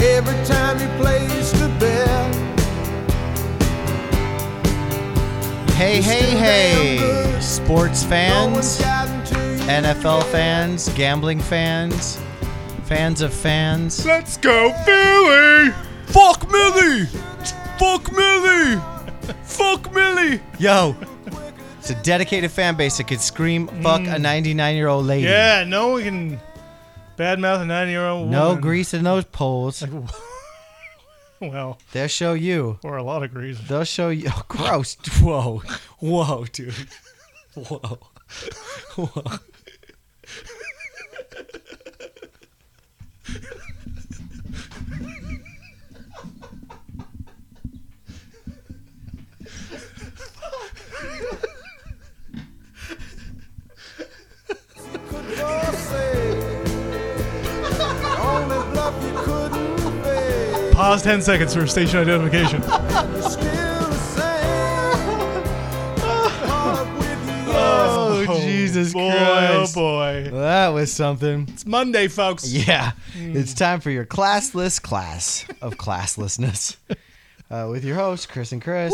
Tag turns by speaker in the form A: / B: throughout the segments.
A: every time you placed a bet.
B: Hey, hey, hey, sports
A: No one's
B: fans,
A: gotten to you.
B: NFL fans, gambling fans, fans of fans.
C: Let's go, Philly! Fuck Millie! Fuck Millie! Fuck Millie!
B: Yo, it's a dedicated fan base that could scream fuck a 99 year old lady.
C: Yeah, no one can badmouth a nine-year-old.
B: No
C: woman.
B: grease in those poles.
C: Well,
B: They'll show you.
C: or a lot of grease.
B: They'll show you. Oh, gross. Whoa. Whoa, dude. Whoa. Whoa.
A: Only bluff you couldn't fake.
C: Pause 10 seconds for station identification.
A: You're still the same. Hard with you, yes.
C: Uh,
B: Oh, Jesus
C: boy,
B: Christ.
C: Oh, boy.
B: That was something.
C: It's Monday, folks.
B: Yeah. It's time for your classless class of classlessness uh, with your host, Chris and Chris.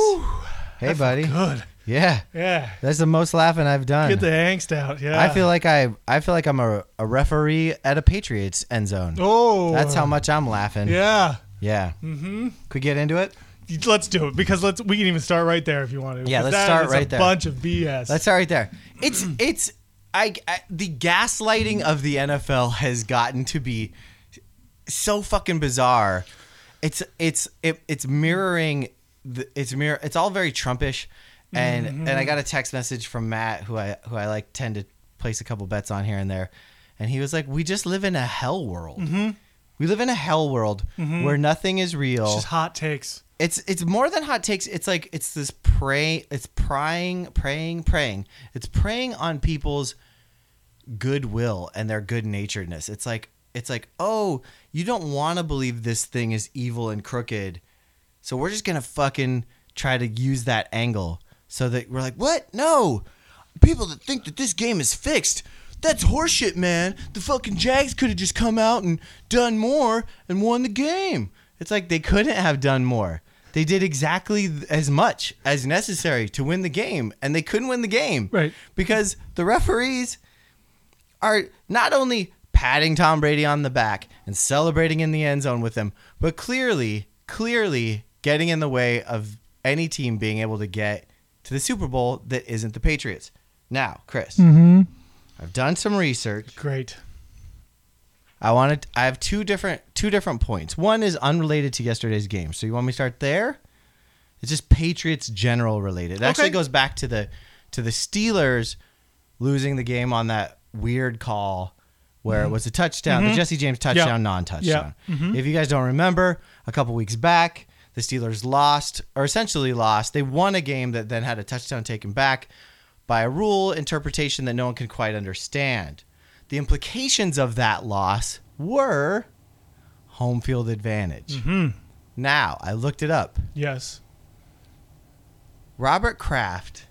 B: hey, buddy.
C: Good.
B: Yeah.
C: Yeah.
B: That's the most laughing I've done.
C: Get the angst out. Yeah.
B: I feel like I I feel like I'm a, a referee at a Patriots end zone.
C: Oh.
B: That's how much I'm laughing.
C: Yeah.
B: Yeah. Mm-hmm. Could we get into it?
C: Let's do it because let's. We can even start right there if you want to.
B: Yeah,
C: because
B: let's
C: that
B: start
C: is
B: right
C: a
B: there.
C: Bunch of BS.
B: Let's start right there. It's it's I, I the gaslighting of the NFL has gotten to be so fucking bizarre. It's it's it, it's mirroring the, it's mirror it's all very Trumpish, and
C: Mm-hmm.
B: and I got a text message from Matt who I who I like tend to place a couple bets on here and there, and he was like, "We just live in a hell world.
C: Mm-hmm.
B: We live in a hell world where nothing is real."
C: It's just hot takes.
B: it's it's more than hot takes. It's like it's this pray. It's prying, praying, praying. It's preying on people's goodwill and their good naturedness. It's like it's like oh, you don't want to believe this thing is evil and crooked, so we're just gonna fucking try to use that angle so that we're like, what? No, people that think that this game is fixed. That's horseshit, man. The fucking Jags could have just come out and done more and won the game. It's like they couldn't have done more. They did exactly th- as much as necessary to win the game, and they couldn't win the game.
C: Right.
B: Because the referees are not only patting Tom Brady on the back and celebrating in the end zone with him, but clearly, clearly getting in the way of any team being able to get to the Super Bowl that isn't the Patriots. Now, Chris, I've done some research.
C: Great.
B: I wanted I have two different two different points. One is unrelated to yesterday's game. So you want me to start there? It's just Patriots general related. It actually
C: Okay.
B: goes back to the to the Steelers losing the game on that weird call where it was a touchdown, the Jesse James touchdown, non-touchdown. If you guys don't remember, a couple weeks back, the Steelers lost or essentially lost. They won a game that then had a touchdown taken back by a rule interpretation that no one can quite understand. The implications of that loss were home field advantage. Now, I looked it up.
C: Yes.
B: Robert Kraft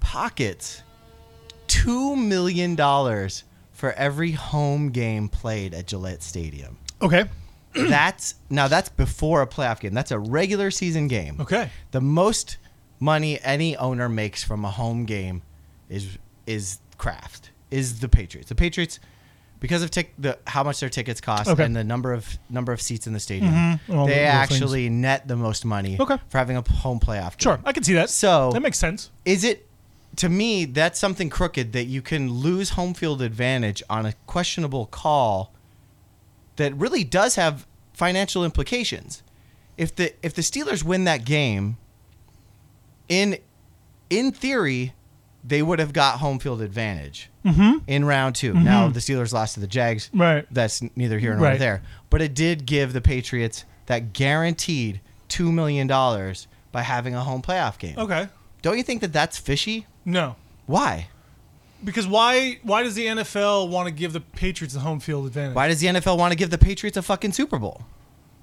B: pockets $2 million for every home game played at Gillette Stadium.
C: Okay.
B: that's now that's before a playoff game. That's a regular season game.
C: Okay.
B: The most money any owner makes from a home game is is Kraft, is the Patriots. The Patriots because of tic- the how much their tickets cost
C: Okay.
B: and the number of number of seats in the stadium,
C: And all the
B: they
C: little
B: actually net the most money
C: Okay.
B: for having a home playoff game.
C: Sure. I can see that.
B: So-
C: that makes sense.
B: Is it to me that's something crooked that you can lose home field advantage on a questionable call that really does have financial implications. If the if the Steelers win that game, in in theory, they would have got home field advantage in round 2 Now the Steelers lost to the Jags.
C: Mm-hmm. Right.
B: That's neither here nor
C: Right.
B: there. But it did give the Patriots that guaranteed two million dollars by having a home playoff game.
C: Okay.
B: Don't you think that that's fishy?
C: No.
B: Why?
C: Because why why does the NFL want to give the Patriots the home field advantage?
B: Why does the NFL want to give the Patriots a fucking Super Bowl?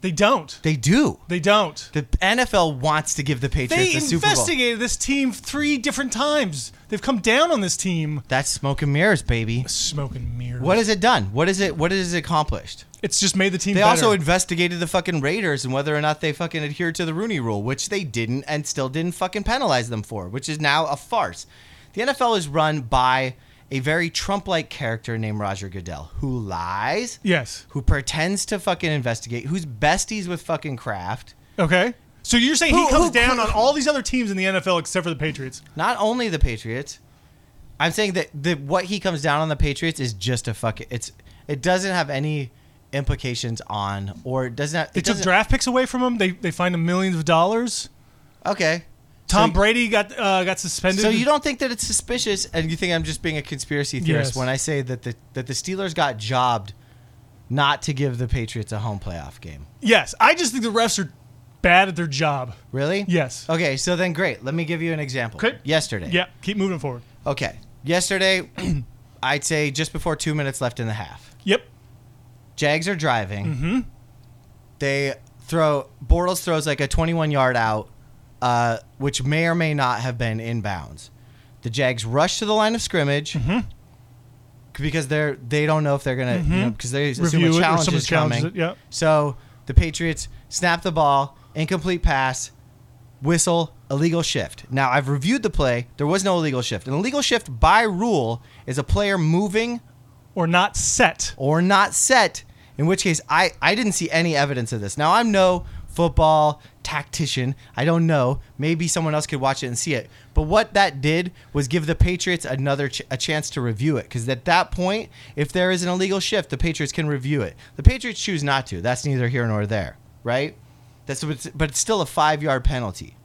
C: They don't.
B: They do.
C: They don't.
B: The NFL wants to give the Patriots
C: They
B: a Super Bowl.
C: investigated this team three different times. They've come down on this team.
B: That's smoke and mirrors, baby.
C: Smoking mirrors.
B: What has it done? What is it? What has it accomplished?
C: It's just made the team.
B: They
C: better.
B: also investigated the fucking Raiders and whether or not they fucking adhere to the Rooney Rule, which they didn't, and still didn't fucking penalize them for, which is now a farce. The NFL is run by a very Trump-like character named Roger Goodell, who lies,
C: yes.
B: who pretends to fucking investigate, who's besties with fucking Kraft.
C: Okay. So you're saying he
B: Who-
C: comes
B: who-
C: down on all these other teams in the NFL except for the Patriots?
B: Not only the Patriots. I'm saying that the, what he comes down on the Patriots is just a fucking. It's it doesn't have any implications on or it doesn't. Have,
C: They
B: it
C: took
B: doesn't-
C: draft picks away from him. They they fined him millions of dollars.
B: Okay.
C: Tom
B: So-
C: Brady got uh, got suspended.
B: So you don't think that it's suspicious, and you think I'm just being a conspiracy theorist
C: Yes.
B: when I say that the that the Steelers got jobbed not to give the Patriots a home playoff game.
C: Yes, I just think the refs are bad at their job.
B: Really?
C: Yes.
B: Okay, so then great. Let me give you an example.
C: Okay.
B: Yesterday.
C: Yeah, keep moving forward.
B: Okay. Yesterday, I'd say just before two minutes left in the half,
C: Yep.
B: Jags are driving. Mm-hmm. They throw Bortles throws like a 21 yard out, uh, which may or may not have been inbounds. The Jags rush to the line of scrimmage
C: Mm-hmm.
B: because they're they don't know if they're gonna you know because they assume
C: Mm-hmm. Review it
B: a
C: or
B: challenge
C: someone
B: is coming.
C: challenges it, yeah.
B: So the Patriots snap the ball, incomplete pass, whistle, illegal shift. Now I've reviewed the play. There was no illegal shift. An illegal shift by rule is a player moving
C: Or not set.
B: or not set. In which case, I, I didn't see any evidence of this. Now, I'm no football tactician. I don't know. Maybe someone else could watch it and see it. But what that did was give the Patriots another ch- a chance to review it. Because at that point, if there is an illegal shift, the Patriots can review it. The Patriots choose not to. That's neither here nor there, right? That's what's, but it's still a five yard penalty.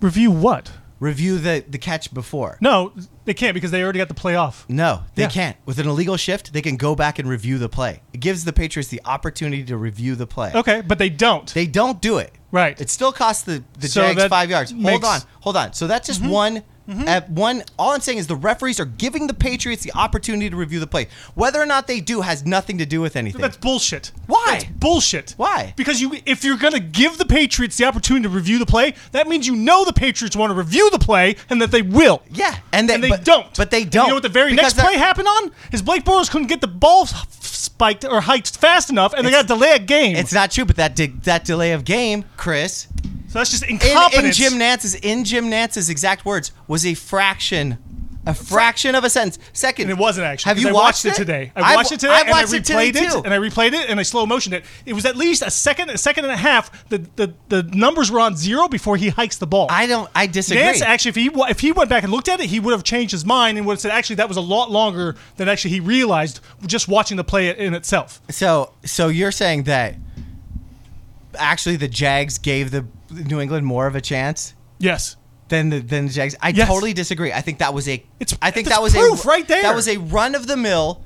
C: Review what?
B: Review the, the catch before.
C: No, they can't because they already got the playoff.
B: No, they
C: Yeah.
B: can't. With an illegal shift, they can go back and review the play. It gives the Patriots the opportunity to review the play.
C: Okay, but they don't.
B: They don't do it.
C: Right.
B: It still costs the, the
C: So
B: Jags
C: that
B: five yards.
C: makes- Mm-hmm.
B: Hold on. Hold on. So that's just one. At one, all I'm saying is the referees are giving the Patriots the opportunity to review the play. Whether or not they do has nothing to do with anything.
C: That's bullshit.
B: Why?
C: That's bullshit.
B: Why?
C: Because you, if you're gonna give the Patriots the opportunity to review the play, that means you know the Patriots want to review the play and that they will.
B: yeah, and they,
C: And they
B: but-
C: don't.
B: But they
C: And
B: don't.
C: You know what the very
B: Because
C: next
B: they're-
C: play happened on? Is Blake Bortles couldn't get the ball f- spiked or hiked fast enough, and they got
B: It's-
C: to delay a game.
B: It's not true, but that de- that delay of game, Chris,
C: so that's just
B: in,
C: incompetence.
B: in Jim Nance's in Jim Nance's exact words was a fraction, a fraction of a sentence. Second,
C: And it wasn't actually.
B: Have
C: 'cause
B: you
C: I
B: watched,
C: watched, it today? I
B: I've-
C: watched it today,
B: I've
C: and I
B: watched it
C: replayed
B: today,
C: it,
B: too.
C: and I replayed it, and I slow motioned it. It was at least a second, a second and a half. The the, the numbers were on zero before he hikes the ball.
B: I don't. I disagree.
C: Nance actually, if he wa- if he went back and looked at it, he would have changed his mind and would have said, actually, that was a lot longer than actually he realized just watching the play in itself.
B: So, so you're saying that actually the Jags gave the New England more of a chance
C: Yes.
B: than the than the Jags? I
C: Yes.
B: totally disagree. I think that was a.
C: It's-
B: I think
C: that's
B: that was
C: proof
B: a,
C: right there.
B: That was a run of the mill,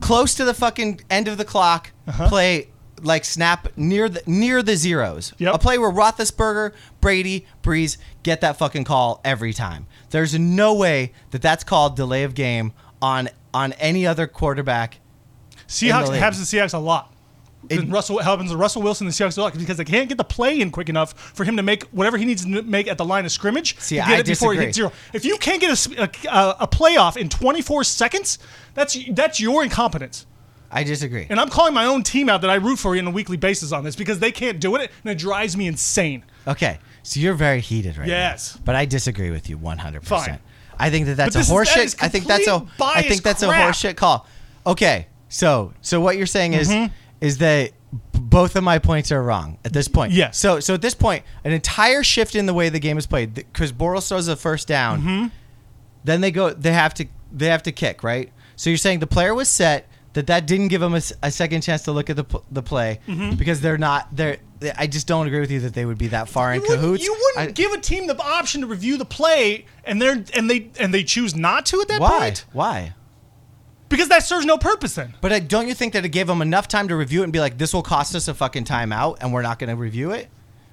B: close to the fucking end of the clock
C: Uh-huh.
B: play. Like snap near the near the zeros.
C: Yep.
B: A play where Roethlisberger, Brady, Breeze get that fucking call every time. There's no way that that's called delay of game on on any other quarterback
C: Seahawks
B: In the league.
C: happens to Seahawks a lot.
B: It-
C: And Russell happens to Russell Wilson and the Seahawks a lot because they can't get the play in quick enough for him to make whatever he needs to n- make at the line of scrimmage.
B: See,
C: to get
B: I
C: it before he
B: disagree.
C: hits zero. If you can't get a s- a, a, a playoff in 24 seconds, that's that's your incompetence.
B: I disagree.
C: And I'm calling my own team out that I root for on a weekly basis on this because they can't do it, and it drives me insane.
B: Okay, so you're very heated right now.
C: Yes.
B: but I disagree with you 100.
C: Fine.
B: percent I think that that's
C: But this
B: a
C: is- that
B: horseshit.
C: is
B: I think that's a.
C: complete
B: I
C: biased
B: think that's
C: crap.
B: a horseshit call. Okay, so so what you're saying is
C: Mm-hmm.
B: is that b- both of my points are wrong at this point.
C: Yes.
B: So so at this point, an entire shift in the way the game is played because Bortles throws the first down.
C: Mm-hmm.
B: Then they go. They have to. They have to kick right. So you're saying the player was set. That that didn't give them a, s- a second chance to look at the pl- the play
C: Mm-hmm.
B: because they're not they're they- I just don't agree with you that they would be that far in
C: You wouldn't-
B: cahoots.
C: You wouldn't
B: I-
C: give a team the option to review the play, and they're and they and they choose not to at that
B: why?
C: point
B: Why?
C: because that serves no purpose. Then
B: But uh, don't you think that it gave them enough time to review it and be like, this will cost us a fucking timeout, and we're not going to review it?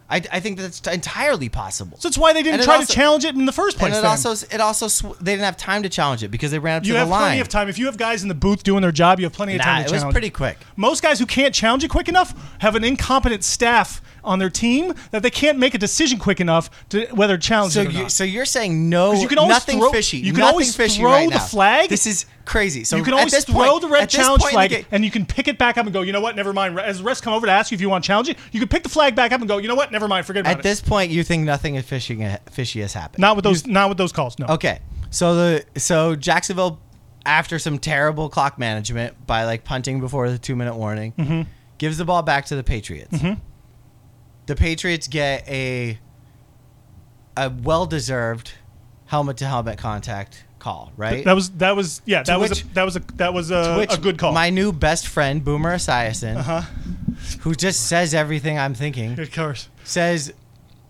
B: I, I think that's entirely possible.
C: So that's why they
B: And
C: didn't
B: it
C: try
B: also-
C: to challenge it in the first place.
B: and it
C: then.
B: also it also sw- they didn't have time to challenge it because they ran up
C: you
B: to
C: have
B: the line.
C: plenty of time. If you have guys in the booth doing their job, you have plenty of
B: Nah,
C: time to
B: it
C: challenge.
B: was pretty quick.
C: Most guys who can't challenge it quick enough have an incompetent staff on their team that they can't make a decision quick enough to whether to challenge
B: So
C: it or
B: you,
C: not.
B: so you're saying no?
C: 'Cause you can always
B: nothing
C: throw-
B: fishy.
C: you can
B: nothing
C: always
B: fishy
C: throw
B: right
C: the
B: now.
C: flag.
B: This is crazy. So
C: you can
B: at
C: always
B: this
C: throw
B: point-
C: the red
B: at this
C: challenge
B: point in
C: flag,
B: the game-
C: and you can pick it back up and go. You know what? Never mind. As the refs come over to ask you if you want to challenge it, you can pick the flag back up and go. You know what? Never mind. Forget about
B: at
C: it.
B: this point, you think nothing is fishy, fishy has happened.
C: not with those. Not with those calls. No.
B: Okay, so the so Jacksonville, after some terrible clock management by like punting before the two minute warning,
C: Mm-hmm.
B: gives the ball back to the Patriots. The Patriots get a a well deserved helmet to helmet contact call, right?
C: That was. That was. Yeah. That was.
B: which-
C: a, that was. A, that was Uh, a,
B: Which
C: a good call. Uh-huh.
B: My new best friend Boomer Esiason, who just says everything I'm thinking.
C: Good course.
B: says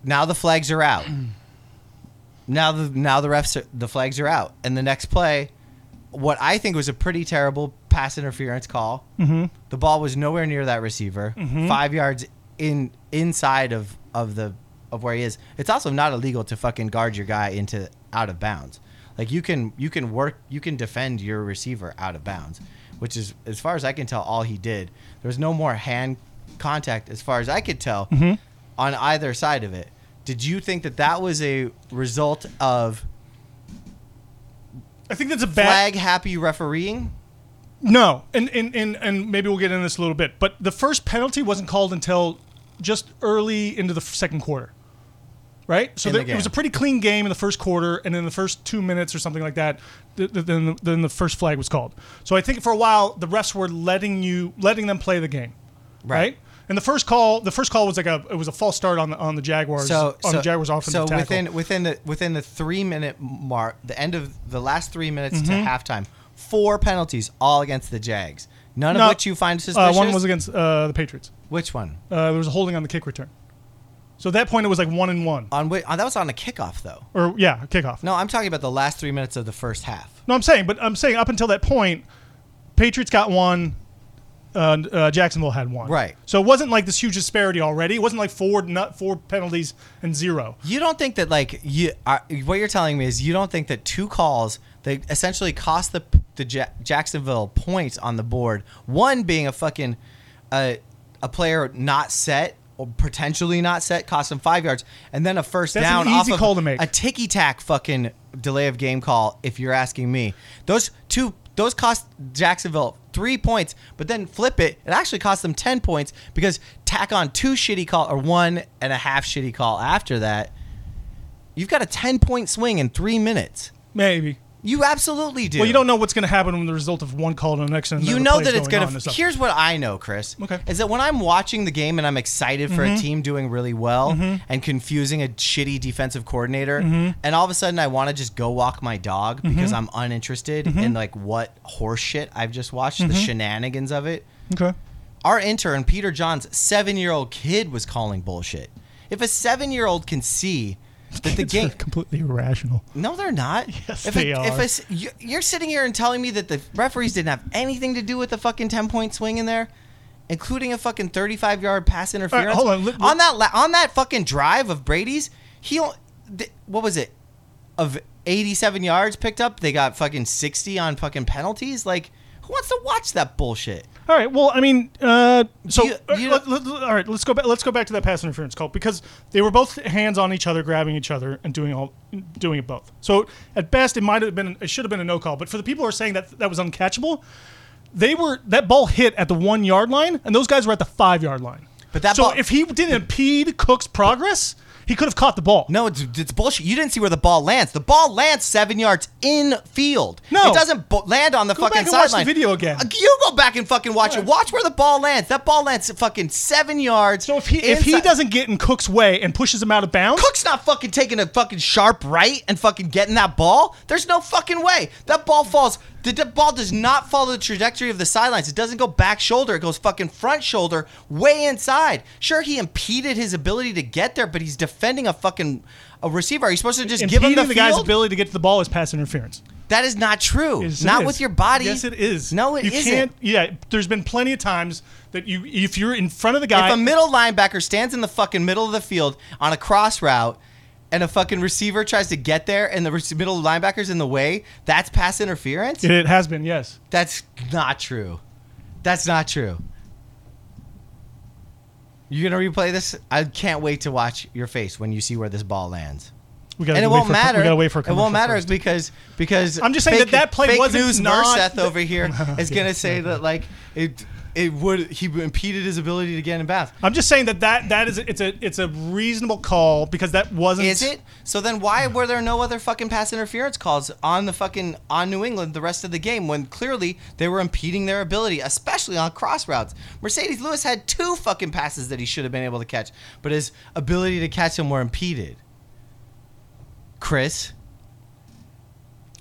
B: now the flags are out. Now the now the refs are, the flags are out, and the next play, what I think was a pretty terrible pass interference call. Mm-hmm. The ball was nowhere near that receiver,
C: Mm-hmm.
B: five yards in inside of of the of where he is. It's also not illegal to fucking guard your guy into out of bounds. Like you can you can work you can defend your receiver out of bounds, which is as far as I can tell all he did. There was no more hand contact as far as I could tell
C: Mm-hmm.
B: on either side of it. Did you think that that was a result of
C: I think that's a bad.
B: flag happy refereeing?
C: No, and and, and and maybe we'll get into this a little bit, but the first penalty wasn't called until just early into the f- second quarter, right? So
B: In the
C: there, it was
B: game.
C: a pretty clean game in the first quarter, and in the first two minutes or something like that, th- th- then the, then the first flag was called. So I think for a while the refs were letting you letting them play the game, right?
B: Right.
C: And the first call, the first call was like a it was a false start on the on the Jaguars
B: So,
C: on
B: so
C: the Jaguars offensive
B: so
C: tackle.
B: within within the within the three minute mark, the end of the last three minutes
C: Mm-hmm.
B: to halftime, four penalties all against the Jags. None
C: No,
B: of which you find
C: uh,
B: suspicious.
C: one was against uh, the Patriots.
B: which one?
C: Uh, there was a holding on the kick return. So at that point it was like one and one,
B: On which, oh, that was on a kickoff though.
C: or yeah, a kickoff.
B: No, I'm talking about the last three minutes of the first half.
C: No, I'm saying, but I'm saying up until that point, Patriots got one, uh, uh, Jacksonville had one.
B: Right.
C: So it wasn't like this huge disparity already. It wasn't like four not four penalties and zero.
B: You don't think that like you are, what you're telling me is you don't think that two calls that essentially cost the the ja- Jacksonville points on the board. One being a fucking uh, a player not set or potentially not set cost them five yards, and then a first
C: That's
B: down
C: an
B: off
C: easy
B: of
C: call to make.
B: a ticky tack fucking delay of game call. If you're asking me, those two those cost Jacksonville three points, but then flip it, it actually cost them ten points because tack on two shitty call or one and a half shitty call after that. You've got a 10 point swing in three minutes.
C: Maybe.
B: You absolutely do.
C: Well, you don't know what's going to happen when the result of one call to the next. And
B: You
C: another
B: know
C: play is
B: that it's
C: going
B: going
C: on and
B: to.
C: stuff.
B: Here's what I know, Chris.
C: Okay. Mm-hmm.
B: Is that when I'm watching the game and I'm excited for a team doing really well and confusing a shitty defensive coordinator,
C: Mm-hmm.
B: and all of a sudden I want to just go walk my dog because I'm uninterested
C: Mm-hmm.
B: in like what horse shit I've just watched, the shenanigans of it.
C: Okay.
B: Our intern, Peter John's seven year old kid, was calling bullshit. If a seven year old can see that the
C: It's
B: game.
C: completely irrational.
B: No, they're not.
C: Yes,
B: if
C: they
B: a,
C: are.
B: If a s- you- you're sitting here and telling me that the referees didn't have anything to do with the fucking ten point swing in there, including a fucking thirty five yard pass interference
C: hold on, let-
B: on that la- on that fucking drive of Brady's, he o- th- what was it of eighty seven yards picked up? They got fucking sixty on fucking penalties. Like who wants to watch that bullshit?
C: All right. Well, I mean, uh, so
B: You- you
C: uh, let- let- all right. Let's go back. Let's go back to that pass interference call because they were both hands on each other, grabbing each other, and doing all doing it both. So at best, it might have been it should have been a no call. But for the people who are saying that that was uncatchable, they were that ball hit at the one yard line, and those guys were at the five yard line.
B: But that
C: so
B: ball-
C: if he didn't impede Cook's progress, he could have caught the ball.
B: No, it's, it's bullshit. You didn't see where the ball lands. The ball lands seven yards in field.
C: No.
B: it doesn't bo- land on the
C: Go
B: fucking
C: back and watch the
B: sideline.
C: video again.
B: Uh, You go back and fucking watch it.
C: Alright.
B: Watch where the ball lands. That ball lands fucking seven yards.
C: So if he if he
B: inside-
C: doesn't get in Cook's way and pushes him out of bounds,
B: Cook's not fucking taking a fucking sharp right and fucking getting that ball. There's no fucking way. That ball falls. The, the ball does not follow the trajectory of the sidelines. It doesn't go back shoulder. It goes fucking front shoulder, way inside. Sure, he impeded his ability to get there, but he's defending a fucking a receiver. Are you supposed to just give
C: impeding
B: him the,
C: the, guy's
B: field?
C: ability to get to the ball is pass interference.
B: That is not true.
C: Yes, it
B: not
C: is.
B: with your body.
C: Yes, it is.
B: No, it
C: you
B: isn't.
C: Can't, yeah, there's been plenty of times that you, if you're in front of the guy,
B: If a middle linebacker stands in the fucking middle of the field on a cross route and a fucking receiver tries to get there and the rec- middle linebacker's in the way, that's pass interference?
C: it has been. Yes,
B: That's not true. That's not true. You're going to replay this? I can't wait to watch your face when you see where this ball lands.
C: we got.
B: and it
C: wait
B: won't
C: for,
B: matter.
C: We gotta wait for. A
B: it won't
C: commercial
B: matter
C: first.
B: because because
C: I'm just saying that that play
B: fake
C: wasn't
B: news.
C: not-
B: Narseth over here is gonna say that like it it would he impeded his ability to get in bounds.
C: I'm just saying that that that is it's a it's a reasonable call because that wasn't.
B: Is it? So then why were there no other fucking pass interference calls on the fucking on New England the rest of the game when clearly they were impeding their ability, especially on cross routes. Mercedes Lewis had two fucking passes that he should have been able to catch, but his ability to catch them were impeded. Chris,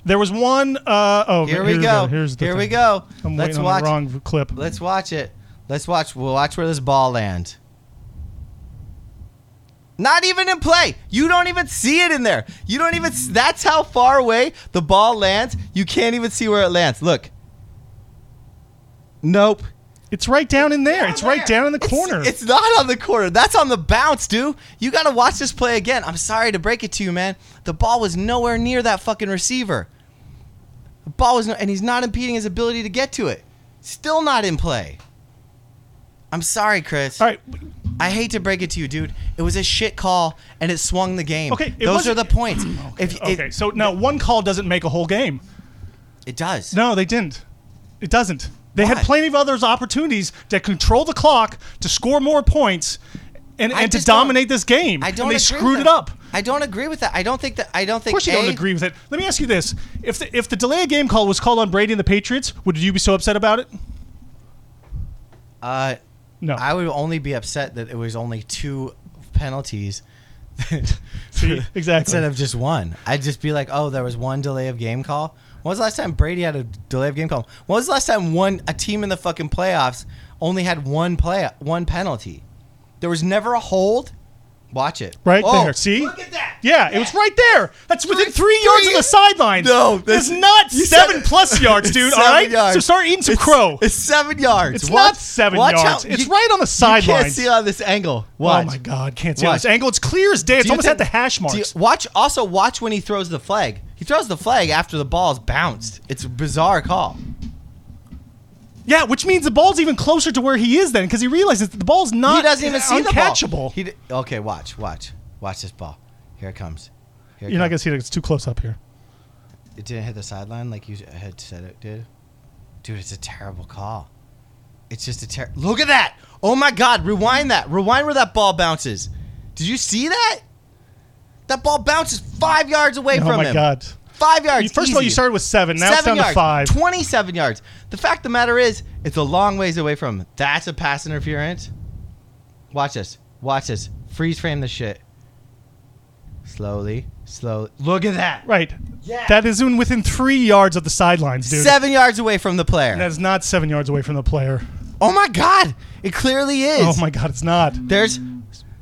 C: There was one. Uh, oh,
B: here we
C: here's
B: go.
C: The, here's the
B: here we
C: thing.
B: go.
C: I'm
B: Let's
C: waiting on
B: watch.
C: the wrong clip.
B: Let's watch it. Let's watch. We'll watch where this ball lands. Not even in play. You don't even see it in there. You don't even. s- That's how far away the ball lands. You can't even see where it lands. Look. Nope.
C: It's right down in there. it's right down in the
B: It's-
C: corner.
B: It's, not on the corner. That's on the bounce, dude. You got to watch this play again. I'm sorry to break it to you, man. The ball was nowhere near that fucking receiver. The ball was, no, and he's not impeding his ability to get to it. Still not in play. I'm sorry, Chris.
C: All right.
B: I hate to break it to you, dude. It was a shit call, and it swung the game.
C: Okay, it
B: those are
C: wasn't-
B: the points. if it,
C: Okay. so now one call doesn't make a whole game.
B: it does.
C: No, they didn't. It doesn't. They
B: Why?
C: had plenty of other opportunities to control the clock, to score more points, and,
B: I
C: and to
B: just don't-
C: dominate this game.
B: I don't.
C: And they
B: agree
C: screwed
B: with
C: it
B: that.
C: up.
B: I don't agree with that. I don't think that. I don't
C: Of
B: think.
C: course, you don't
B: A,
C: agree with it. Let me ask you this: if the, if the delay of game call was called on Brady and the Patriots, would you be so upset about it?
B: Uh,
C: No.
B: I would only be upset that it was only two penalties.
C: See, exactly.
B: Instead of just one, I'd just be like, "Oh, there was one delay of game call." When was the last time Brady had a delay of game call? When was the last time one a team in the fucking playoffs only had one play one penalty? There was never a hold. Watch it
C: Right
B: Oh,
C: there. See?
B: Look at that.
C: Yeah, it was right there. That's within three,
B: three-
C: yards of the sidelines.
B: No, that's-
C: that's not
B: you
C: seven
B: said-
C: plus yards,
B: It's
C: dude. All
B: seven
C: right, so
B: yards.
C: start eating some
B: It's-
C: crow.
B: It's seven yards.
C: It's not seven yards. It's right on the
B: You
C: sideline.
B: can't see on this angle. Watch.
C: oh my God, can't see on
B: Watch.
C: this angle. It's clear as day. It's
B: Do you
C: almost
B: think-
C: at the hash
B: do you-
C: marks.
B: watch. Also, watch when he throws the flag. He throws the flag after the ball's bounced. It's a bizarre call.
C: yeah, which means the ball's even closer to where he is then, because he realizes that the ball's not.
B: he doesn't even see the ball.
C: uncatchable.
B: He d- okay, watch, watch, watch this ball. Here it comes. Here it
C: You're not gonna
B: comes.
C: see it. It's too close up here.
B: It didn't hit the sideline like you had said it did. Dude, it's a terrible call. It's just a ter. Look at that! Oh my God! Rewind that. Rewind where that ball bounces. Did you see that? That ball bounces five yards away
C: Oh
B: from
C: my
B: him.
C: God.
B: Five yards.
C: You- First of all, you
B: easy.
C: started with seven. Now it's down
B: yards,
C: to five.
B: 27 yards. The fact of the matter is, it's a long ways away from him. That's a pass interference. Watch this. Watch this. Freeze frame the shit. Slowly, slowly. Look at that.
C: Right.
B: Yeah.
C: That is in within three yards of the sidelines, dude.
B: Seven yards away from the player.
C: That is not seven yards away from the player.
B: oh my God. It clearly is.
C: Oh my God, it's not.
B: There's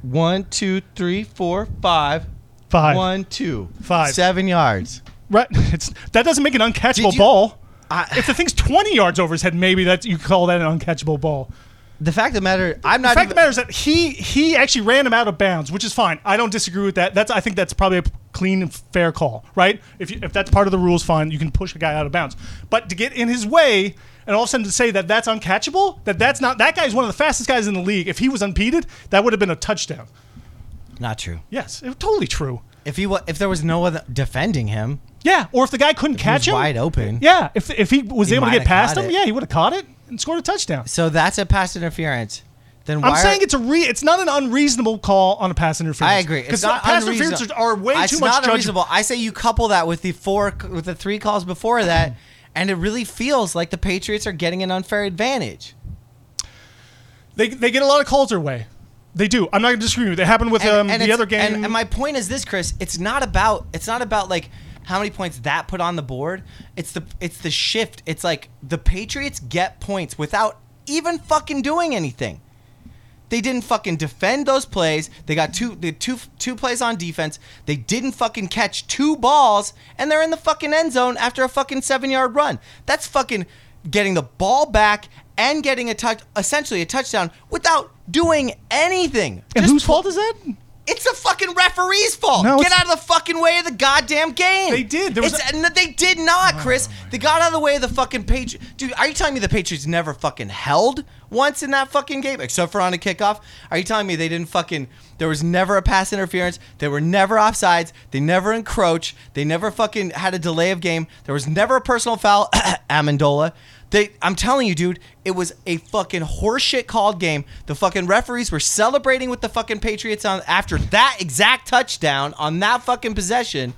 B: one, two, three, four, five.
C: Five.
B: One, two,
C: Five.
B: Seven yards.
C: Right. It's that doesn't make an uncatchable
B: Did you-
C: ball.
B: I-
C: if the thing's twenty yards over his head, maybe that you call that an uncatchable ball.
B: The fact of the matter, I'm not.
C: The fact of
B: even-
C: the matter is that he he actually ran him out of bounds, which is fine. I don't disagree with that. That's I think that's probably a p- clean and fair call, right? If you, if that's part of the rules, fine. You can push a guy out of bounds, but to get in his way and all of a sudden to say that that's uncatchable, that that's not that guy's one of the fastest guys in the league. If he was unpeated, that would have been a touchdown.
B: Not true.
C: Yes, it, totally true.
B: If he wa- if there was no other defending him,
C: Yeah, or if the guy couldn't catch
B: was
C: him,
B: wide open.
C: Yeah, if if he was able to
B: might
C: get
B: have
C: past
B: caught
C: him,
B: it.
C: yeah, he would have caught it and scored a touchdown.
B: So that's a pass interference. Then why
C: I'm
B: are-
C: saying it's a re. It's not an unreasonable call on a pass interference.
B: I agree. It's
C: Because
B: not
C: pass
B: unreasonable.
C: interferences are way
B: it's
C: too much
B: not
C: judgment.
B: unreasonable. I say you couple that with the four with the three calls before that, and it really feels like the Patriots are getting an unfair advantage.
C: They they get a lot of calls their way. They do. I'm not going to disagree with. you. It happened with
B: And,
C: um,
B: and
C: the
B: it's-
C: other game.
B: And, and my point is this, Chris. It's not about it's not about like how many points that put on the board. It's the it's the shift. It's like the Patriots get points without even fucking doing anything. They didn't fucking defend those plays. They got two, they two, two plays on defense. They didn't fucking catch two balls, and they're in the fucking end zone after a fucking seven yard run. That's fucking getting the ball back and getting a touch, essentially a touchdown without doing anything.
C: And
B: Just
C: whose
B: pull-
C: fault is that?
B: It's the fucking referee's fault.
C: No,
B: Get
C: it's-
B: out of the fucking way of the goddamn game.
C: They did. There was
B: It's- no, they did not, Chris. they got out of the way of the fucking Patriots. Dude, are you telling me the Patriots never fucking held once in that fucking game, except for on a kickoff? Are you telling me they didn't fucking? There was never a pass interference. They were never offsides. They never encroach. They never fucking had a delay of game. There was never a personal foul. Amendola. They, I'm telling you, dude, it was a fucking horseshit called game. The fucking referees were celebrating with the fucking Patriots on after that exact touchdown on that fucking possession.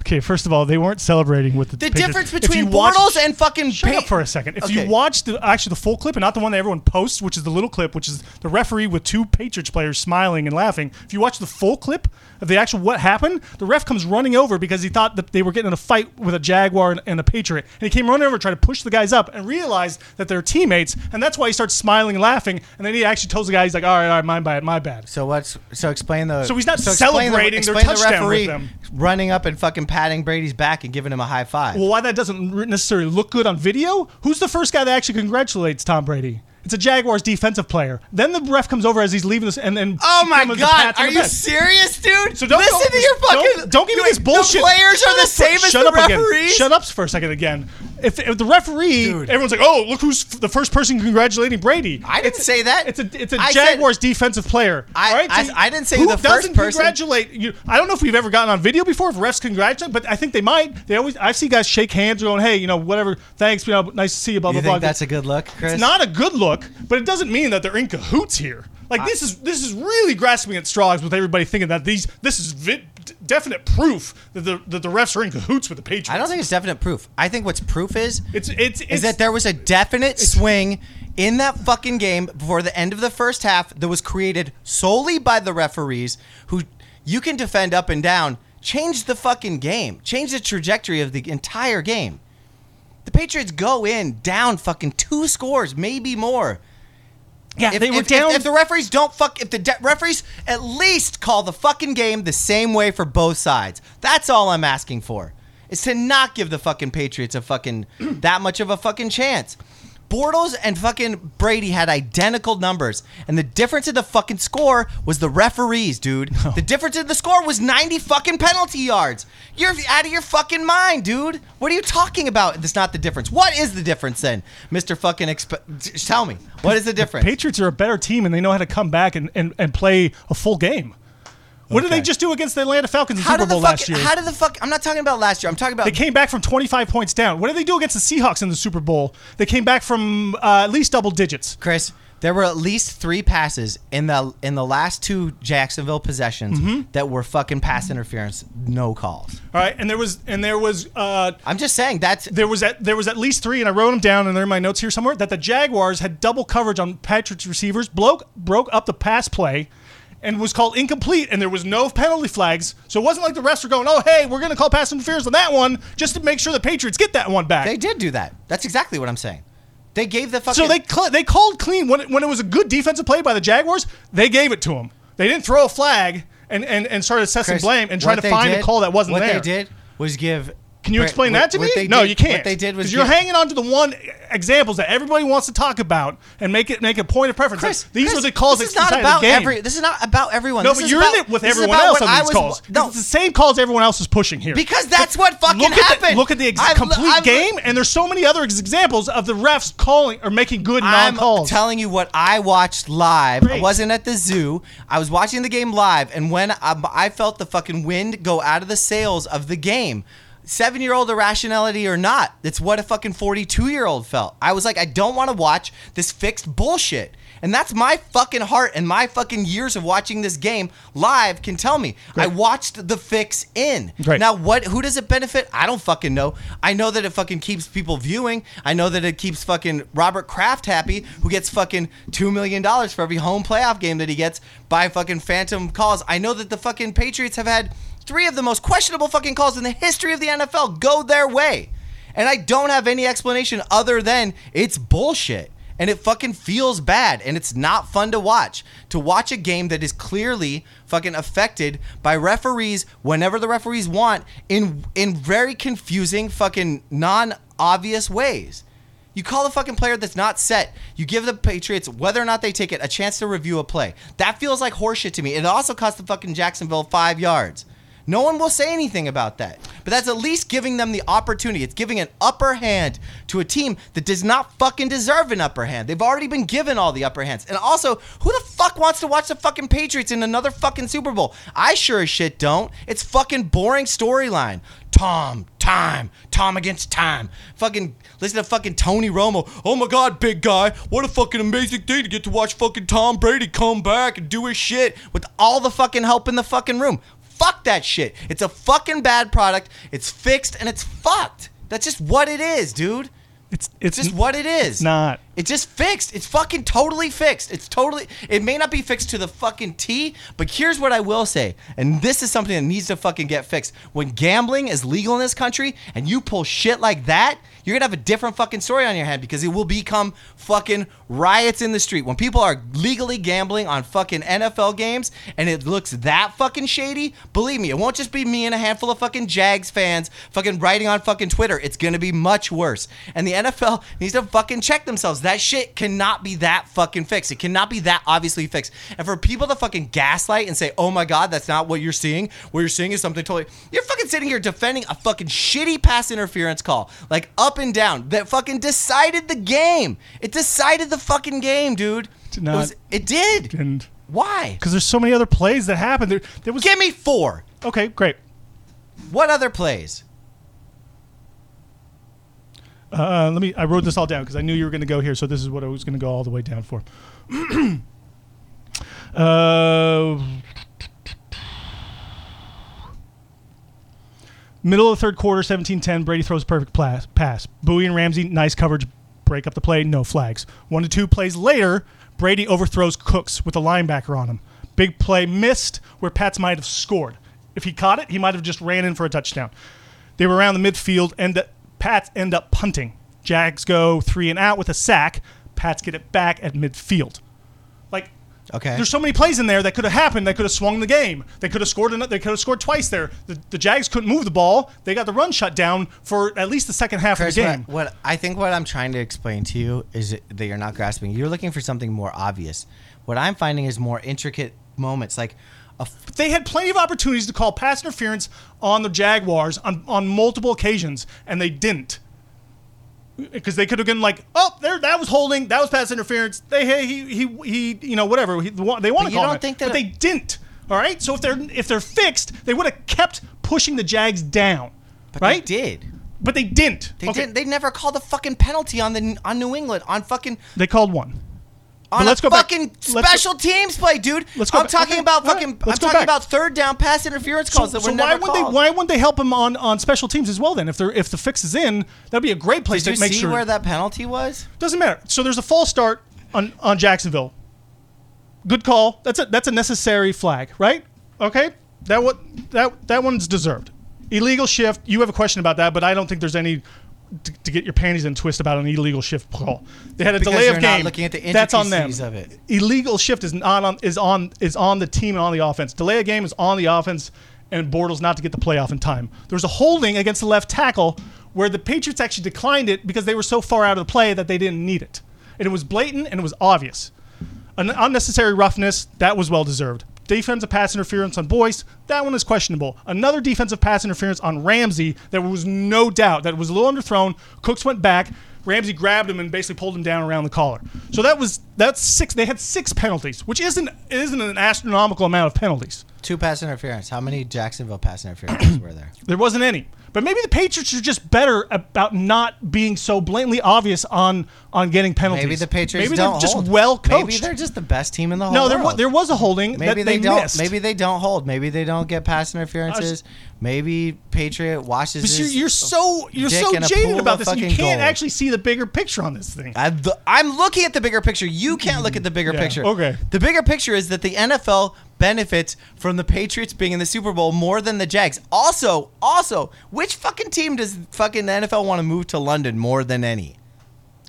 C: Okay, first of all, they weren't celebrating with the.
B: The
C: Patriots.
B: difference
C: If
B: between
C: you watch-
B: Bortles and fucking
C: Shut
B: Pa-
C: up for a second. If
B: Okay.
C: you watch the actually the full clip and not the one that everyone posts, which is the little clip, which is the referee with two Patriots players smiling and laughing. If you watch the full clip of the actual what happened, the ref comes running over because he thought that they were getting in a fight with a Jaguar and, and a Patriot, and he came running over to try to push the guys up and realized that they're teammates, and that's why he starts smiling and laughing, and then he actually tells the guy he's like, "All right, all right, my bad, my bad."
B: So what's so explain the
C: So he's not
B: explain
C: celebrating their
B: explain
C: touchdown with
B: referee
C: them.
B: running up and fucking patting Brady's back and giving him a high five.
C: Well, why that doesn't r- necessarily look good on video? Who's the first guy that actually congratulates Tom Brady? It's a Jaguars defensive player. Then the ref comes over as he's leaving this, and then
B: Oh my
C: him as the
B: god,
C: pats on
B: are
C: the
B: you
C: back.
B: serious, dude?
C: So don't
B: listen
C: go-
B: to your
C: don't-
B: fucking.
C: Don't, give me
B: you-
C: this
B: The
C: bullshit.
B: players
C: Shut
B: are the
C: up for-
B: same as
C: shut
B: the
C: up again.
B: referees.
C: Shut up for a second again. If, if the referee,
B: Dude.
C: everyone's like, "Oh, look who's f- the first person congratulating Brady."
B: I didn't
C: It's-
B: say that.
C: It's a it's a
B: I said-
C: Jaguars defensive player.
B: I-
C: all right?
B: I-
C: So
B: I didn't say
C: who
B: the first
C: doesn't
B: person-
C: congratulate you. I don't know if we've ever gotten on video before if refs congratulate, but I think they might. They always I see guys shake hands, going, "Hey, you know, whatever. Thanks, you know, nice to see you." Blah
B: You
C: blah blah.
B: think that's a good look, Chris?
C: It's not a good look, but it doesn't mean that they're in cahoots here. Like this is this is really grasping at straws with everybody thinking that these this is vi- d- definite proof that the that the refs are in cahoots with the Patriots.
B: I don't think it's definite proof. I think what's proof is
C: it's it's, it's
B: is that there was a definite swing in that fucking game before the end of the first half that was created solely by the referees who you can defend up and down change the fucking game change the trajectory of the entire game the patriots go in down fucking two scores maybe more
C: yeah
B: if,
C: they were
B: if- if-
C: down.
B: If, the referees don't fuck, if the de- referees at least call the fucking game the same way for both sides, that's all I'm asking for. Is to not give the fucking Patriots a fucking that much of a fucking chance. Bortles and fucking Brady had identical numbers, and the difference in the fucking score was the referees, dude. The difference in the score was 90 fucking penalty yards. You're out of your fucking mind, dude. What are you talking about? That's not the difference. What is the difference then, Mister Fucking? Exp- tell me, what is the difference?
C: Patriots are a better team and they know how to come back and, and, and play a full game. What did they just do against the Atlanta Falcons in
B: How
C: Super
B: did the
C: Bowl
B: fuck?
C: last year?
B: How did the fuck? I'm not talking about last year. I'm talking about.
C: They came back from 25 points down. What did they do against the Seahawks in the Super Bowl? They came back from uh, at least double digits.
B: Chris, there were at least three passes in the in the last two Jacksonville possessions
C: Mm-hmm.
B: that were fucking pass interference, no calls.
C: All right, and there was and there was uh,
B: I'm just saying that's
C: there was at there was at least three, and I wrote them down, and they're in my notes here somewhere. That the Jaguars had double coverage on Patriots receivers, broke broke up the pass play, and was called incomplete, and there was no penalty flags. So it wasn't like the refs were going, "Oh, hey, we're going to call pass interference on that one just to make sure the Patriots get that one back."
B: they did do that. That's exactly what I'm saying. They gave the fucking.
C: so they cl- they called clean when it, when it was a good defensive play by the Jaguars. They gave it to them. They didn't throw a flag and and, and start assessing
B: Chris,
C: blame and try
B: what
C: to
B: they
C: find
B: did-
C: a call that wasn't
B: what
C: there.
B: they did was give.
C: Can you
B: Bra-
C: explain
B: what-
C: that to me?
B: what they
C: No,
B: did-
C: you can't.
B: What they did was
C: because you're
B: give-
C: hanging on to the one examples that everybody wants to talk about and make it make a point of preference.
B: Chris,
C: Like, these
B: Chris,
C: are the calls
B: this is
C: that
B: not
C: decided
B: about
C: the game.
B: every. This is not about everyone.
C: no,
B: This
C: but
B: is
C: you're
B: about-
C: in it with
B: this is
C: everyone
B: about
C: else
B: what
C: on
B: I
C: these
B: was-
C: calls. 'Cause
B: No,
C: It's the same calls everyone else is pushing here.
B: Because that's what fucking
C: look at
B: happened.
C: The, look at the ex-
B: I'm-
C: complete
B: I'm-
C: game, and there's so many other ex- examples of the refs calling or making good
B: I'm
C: non-calls.
B: telling you what I watched live. I
C: Great.
B: wasn't at the zoo. I was watching the game live, and when I, I felt the fucking wind go out of the sails of the game, seven year old irrationality or not, it's what a fucking 42 year old felt. I was like, I don't want to watch this fixed bullshit. And that's my fucking heart and my fucking years of watching this game live can tell me. I watched the fix in.
C: Great.
B: Now what who does it benefit? I don't fucking know. I know that it fucking keeps people viewing. I know that it keeps fucking Robert Kraft happy, who gets fucking two million dollars for every home playoff game that he gets by fucking phantom calls. I know that the fucking Patriots have had three of the most questionable fucking calls in the history of the NFL go their way. And I don't have any explanation other than it's bullshit. and it fucking feels bad and it's not fun to watch. To watch a game that is clearly fucking affected by referees whenever the referees want in in very confusing fucking non-obvious ways. You call a fucking player that's not set. You give the Patriots, whether or not they take it, a chance to review a play. That feels like horseshit to me. It also cost the fucking Jacksonville five yards. No one will say anything about that. But that's at least giving them the opportunity. It's giving an upper hand to a team that does not fucking deserve an upper hand. They've already been given all the upper hands. And also, who the fuck wants to watch the fucking Patriots in another fucking Super Bowl? I sure as shit don't. It's fucking boring storyline. Tom, time, Tom against time. Fucking listen to fucking Tony Romo. Oh my God, big guy, what a fucking amazing thing to get to watch fucking Tom Brady come back and do his shit with all the fucking help in the fucking room. Fuck that shit. It's a fucking bad product. It's fixed and it's fucked. That's just what it is, dude.
C: It's
B: It's just what it is. It's
C: not.
B: It's just fixed. It's fucking totally fixed. It's totally. It may not be fixed to the fucking T, but here's what I will say, and this is something that needs to fucking get fixed. When gambling is legal in this country, and you pull shit like that, you're gonna have a different fucking story on your hand because it will become fucking riots in the street when people are legally gambling on fucking NFL games, and it looks that fucking shady. Believe me, it won't just be me and a handful of fucking Jags fans fucking writing on fucking Twitter. It's gonna be much worse. And the NFL needs to fucking check themselves. That shit cannot be that fucking fixed. It cannot be that obviously fixed. And for people to fucking gaslight and say, oh my God, that's not what you're seeing. What you're seeing is something totally. You're fucking sitting here defending a fucking shitty pass interference call, like up and down, that fucking decided the game. It decided the fucking game, dude.
C: Did not.
B: It, was- it did.
C: And
B: Why?
C: because there's so many other plays that happened. There, there was
B: Give me four.
C: okay, great.
B: What other plays?
C: Uh, let me. I wrote this all down because I knew you were going to go here, so this is what I was going to go all the way down for. uh, middle of the third quarter, 17-10, Brady throws a perfect pla- pass. Bowie and Ramsey, nice coverage, break up the play, no flags. One to two plays later, Brady overthrows Cooks with a linebacker on him. Big play missed where Pats might have scored. If he caught it, he might have just ran in for a touchdown. They were around the midfield, and the Pats end up punting. Jags go three and out with a sack. Pats get it back at midfield. Like,
B: Okay.
C: there's so many plays in there that could have happened. That could have swung the game. They could have scored. Another, they could have scored twice there. The, the Jags couldn't move the ball. They got the run shut down for at least the second half
B: Chris,
C: of
B: what
C: the
B: I-
C: game.
B: What, I think what I'm trying to explain to you is that you're not grasping. You're looking for something more obvious. What I'm finding is more intricate moments, like a f-
C: they had plenty of opportunities to call pass interference on the Jaguars on, on multiple occasions, and they didn't. Because they could have been like, oh, there, that was holding, that was pass interference. They, hey, he, he, he, you know, whatever. He, they want to call
B: you don't
C: it,
B: think
C: but
B: that-
C: they didn't. All right. So if they're if they're fixed, they would have kept pushing the Jags down,
B: but
C: right?
B: They did.
C: But they didn't.
B: They
C: Okay.
B: didn't. They never called the fucking penalty on the on New England on fucking
C: They called one.
B: on
C: let's
B: a
C: go back-
B: fucking
C: let's go-
B: special teams play, dude.
C: Let's go
B: I'm
C: back-
B: talking
C: okay,
B: about
C: all right,
B: fucking. I'm
C: let's go
B: talking
C: back.
B: about third down pass interference
C: So,
B: calls that
C: so
B: were
C: why
B: never
C: wouldn't
B: called.
C: they? Why wouldn't they help him on, on special teams as well? Then, if they're if the fix is in, that'd be a great place
B: Did you
C: to make
B: see
C: sure.
B: where that penalty was?
C: Doesn't matter. So there's a false start on, on Jacksonville. Good call. That's a that's a necessary flag, right? Okay. That what that that one's deserved. Illegal shift. You have a question about that, but I don't think there's any to, to get your panties in a twist about an illegal shift call. They had a
B: Because
C: delay
B: you're
C: of
B: not
C: game.
B: looking at the
C: that's on them.
B: intricacies of it.
C: Illegal shift is not on is on is on the team and on the offense. Delay of game is on the offense and Bortles not to get the playoff in time. There was a holding against the left tackle where the Patriots actually declined it because they were so far out of the play that they didn't need it. And it was blatant and it was obvious. An unnecessary roughness, that was well deserved. Defensive pass interference on Boyce, that one is questionable. Another defensive pass interference on Ramsey, there was no doubt that it was a little underthrown. Cooks went back. Ramsey grabbed him and basically pulled him down around the collar. So that was that's six. They had six penalties, which isn't isn't an astronomical amount of penalties.
B: Two pass interference. How many Jacksonville pass interferences were there?
C: There wasn't any. But maybe the Patriots are just better about not being so blatantly obvious on on getting penalties.
B: Maybe the Patriots
C: Maybe
B: don't
C: they're just
B: hold.
C: well coached.
B: Maybe they're just the best team in the whole
C: no,
B: world.
C: there, wa- there was a holding
B: Maybe
C: that
B: they,
C: they,
B: don't.
C: missed.
B: Maybe they don't hold. Maybe they don't get pass interferences. maybe Patriot washes.
C: But you're,
B: his-
C: you're so you're
B: dick
C: so
B: in a
C: jaded
B: pool
C: about
B: of
C: this. and You
B: fucking
C: can't
B: gold.
C: actually see the bigger picture on this thing.
B: I've the, I'm looking at the bigger picture. You can't look at the bigger
C: Yeah,
B: picture.
C: okay.
B: The bigger picture is that the NFL benefits from the Patriots being in the Super Bowl more than the Jags. Also, also, which fucking team does fucking the NFL want to move to London more than any?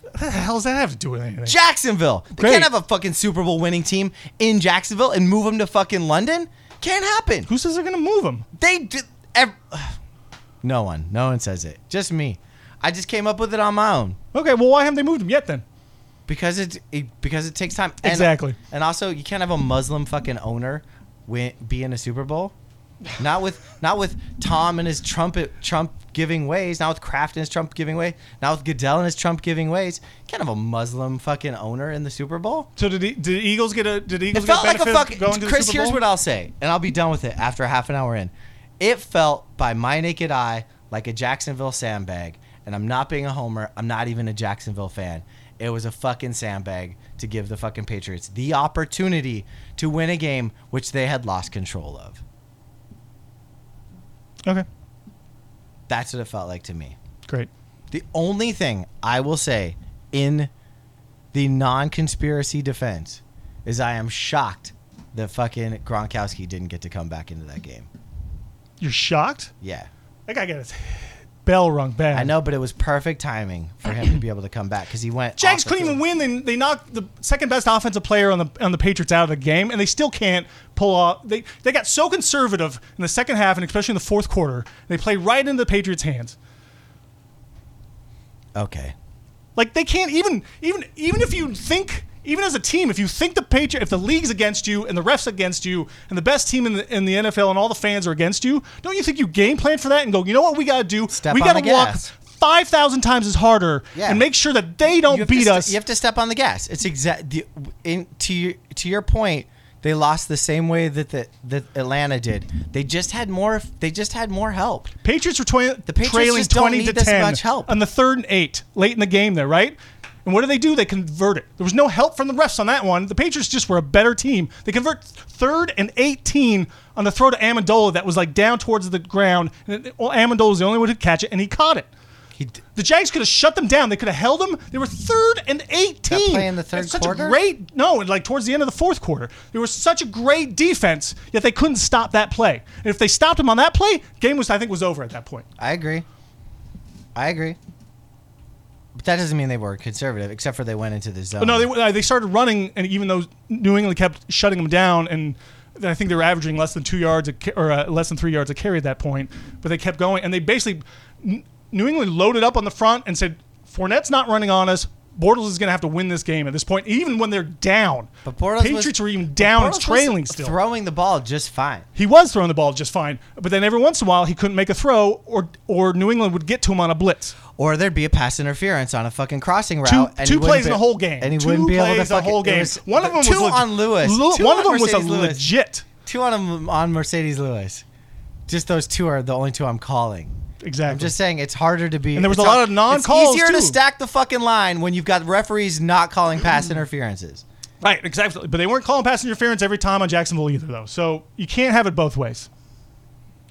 C: What the hell does that have to do with anything?
B: Jacksonville. They
C: Great.
B: can't have a fucking Super Bowl winning team in Jacksonville and move them to fucking London. Can't happen.
C: Who says they're gonna move him?
B: They did. Ev- no one. No one says it. Just me. I just came up with it on my own
C: Okay, well, why haven't they moved him yet then?
B: because it, it because it takes time. And,
C: Exactly.
B: And also, you can't have a Muslim fucking owner win, be in a Super Bowl. Not with not with Tom and his trumpet Trump giving ways. Not with Kraft and his Trump giving way. Not with Goodell and his Trump giving ways. You can't have a Muslim fucking owner in the Super Bowl.
C: So did he, did Eagles get a did Eagles
B: It felt
C: get
B: like a
C: benefit
B: fucking
C: going to the
B: Chris.
C: Super
B: Here's
C: Bowl?
B: what I'll say, and I'll be done with it after half an hour in. It felt by my naked eye like a Jacksonville sandbag, and I'm not being a homer. I'm not even a Jacksonville fan. It was a fucking sandbag to give the fucking Patriots the opportunity to win a game which they had lost control of.
C: Okay,
B: That's what it felt like to me.
C: great.
B: The only thing I will say in the non conspiracy defense is I am shocked that fucking Gronkowski didn't get to come back into that game.
C: You're shocked?
B: Yeah.
C: That guy got his bell rung bad.
B: I know, but it was perfect timing for him to be able to come back because he went. off
C: Jags
B: the
C: couldn't even
B: field.
C: win. They, they knocked the second best offensive player on the on the Patriots out of the game, and they still can't pull off. They they got so conservative in the second half, and especially in the fourth quarter, they played right into the Patriots' hands.
B: Okay.
C: Like they can't even even even if you think even as a team, if you think the Patriot, if the league's against you and the refs against you and the best team in the, in the NFL and all the fans are against you, don't you think you game plan for that and go, you know what we gotta do?
B: Step
C: we
B: on
C: gotta
B: the
C: walk
B: gas."
C: five thousand times as harder
B: Yeah.
C: and make sure that they
B: You
C: don't
B: have
C: beat
B: to st-
C: us.
B: you have to step on the gas. It's exact. the- In to your to your point, they lost the same way that the that Atlanta did. They just had more. They just had more help.
C: Patriots were 20,
B: The Patriots
C: trailing
B: just don't
C: 20
B: need
C: to
B: this
C: 10
B: much help.
C: on the third and eight late in the game there, right? And what do they do? They convert it. There was no help from the refs on that one. The Patriots just were a better team. They convert third and 18 on the throw to Amendola that was like down towards the ground. And it- well, Amendola was the only one who could catch it, and he caught it.
B: He d-
C: The Jags could have shut them down. They could have held them. They were third and eighteen.
B: play in the third
C: It's such
B: quarter?
C: a great no, and like towards the end of the fourth quarter, there was such a great defense. Yet they couldn't stop that play. And if they stopped them on that play, game was I think was over at that point.
B: I agree. I agree. But that doesn't mean they were conservative, except for they went into the zone.
C: But no, they uh, they started running, and even though New England kept shutting them down, and I think they were averaging less than two yards a ca- or uh, less than three yards a carry at that point. But they kept going, and they basically N- New England loaded up on the front and said, "Fournette's not running on us." Bortles is going to have to win this game at this point, even when they're down.
B: But Bortles
C: Patriots
B: was-
C: were even
B: but
C: down, and
B: Bortles was
C: trailing still.
B: throwing the ball just fine.
C: he was throwing the ball just fine, but then every once in a while he couldn't make a throw, or or New England would get to him on a blitz.
B: Or there'd be a pass interference on a fucking crossing
C: two,
B: route. and he
C: two
B: wouldn't
C: plays
B: be-
C: in the whole game.
B: and he
C: two
B: wouldn't be
C: plays
B: able to
C: the
B: fucking.
C: whole game.
B: it was-
C: one of them
B: two
C: was leg-
B: on Lewis.
C: Lew-
B: Two
C: one
B: on
C: of them was a
B: Mercedes Lewis.
C: legit.
B: Two on him on Mercedes Lewis. Just those two are the only two I'm calling.
C: Exactly.
B: I'm just saying it's harder to be.
C: And there was
B: it's
C: a lot
B: har-
C: of non-calls,
B: It's easier to
C: too.
B: stack the fucking line when you've got referees not calling pass interferences.
C: right, exactly. But they weren't calling pass interference every time on Jacksonville either, though. So you can't have it both ways.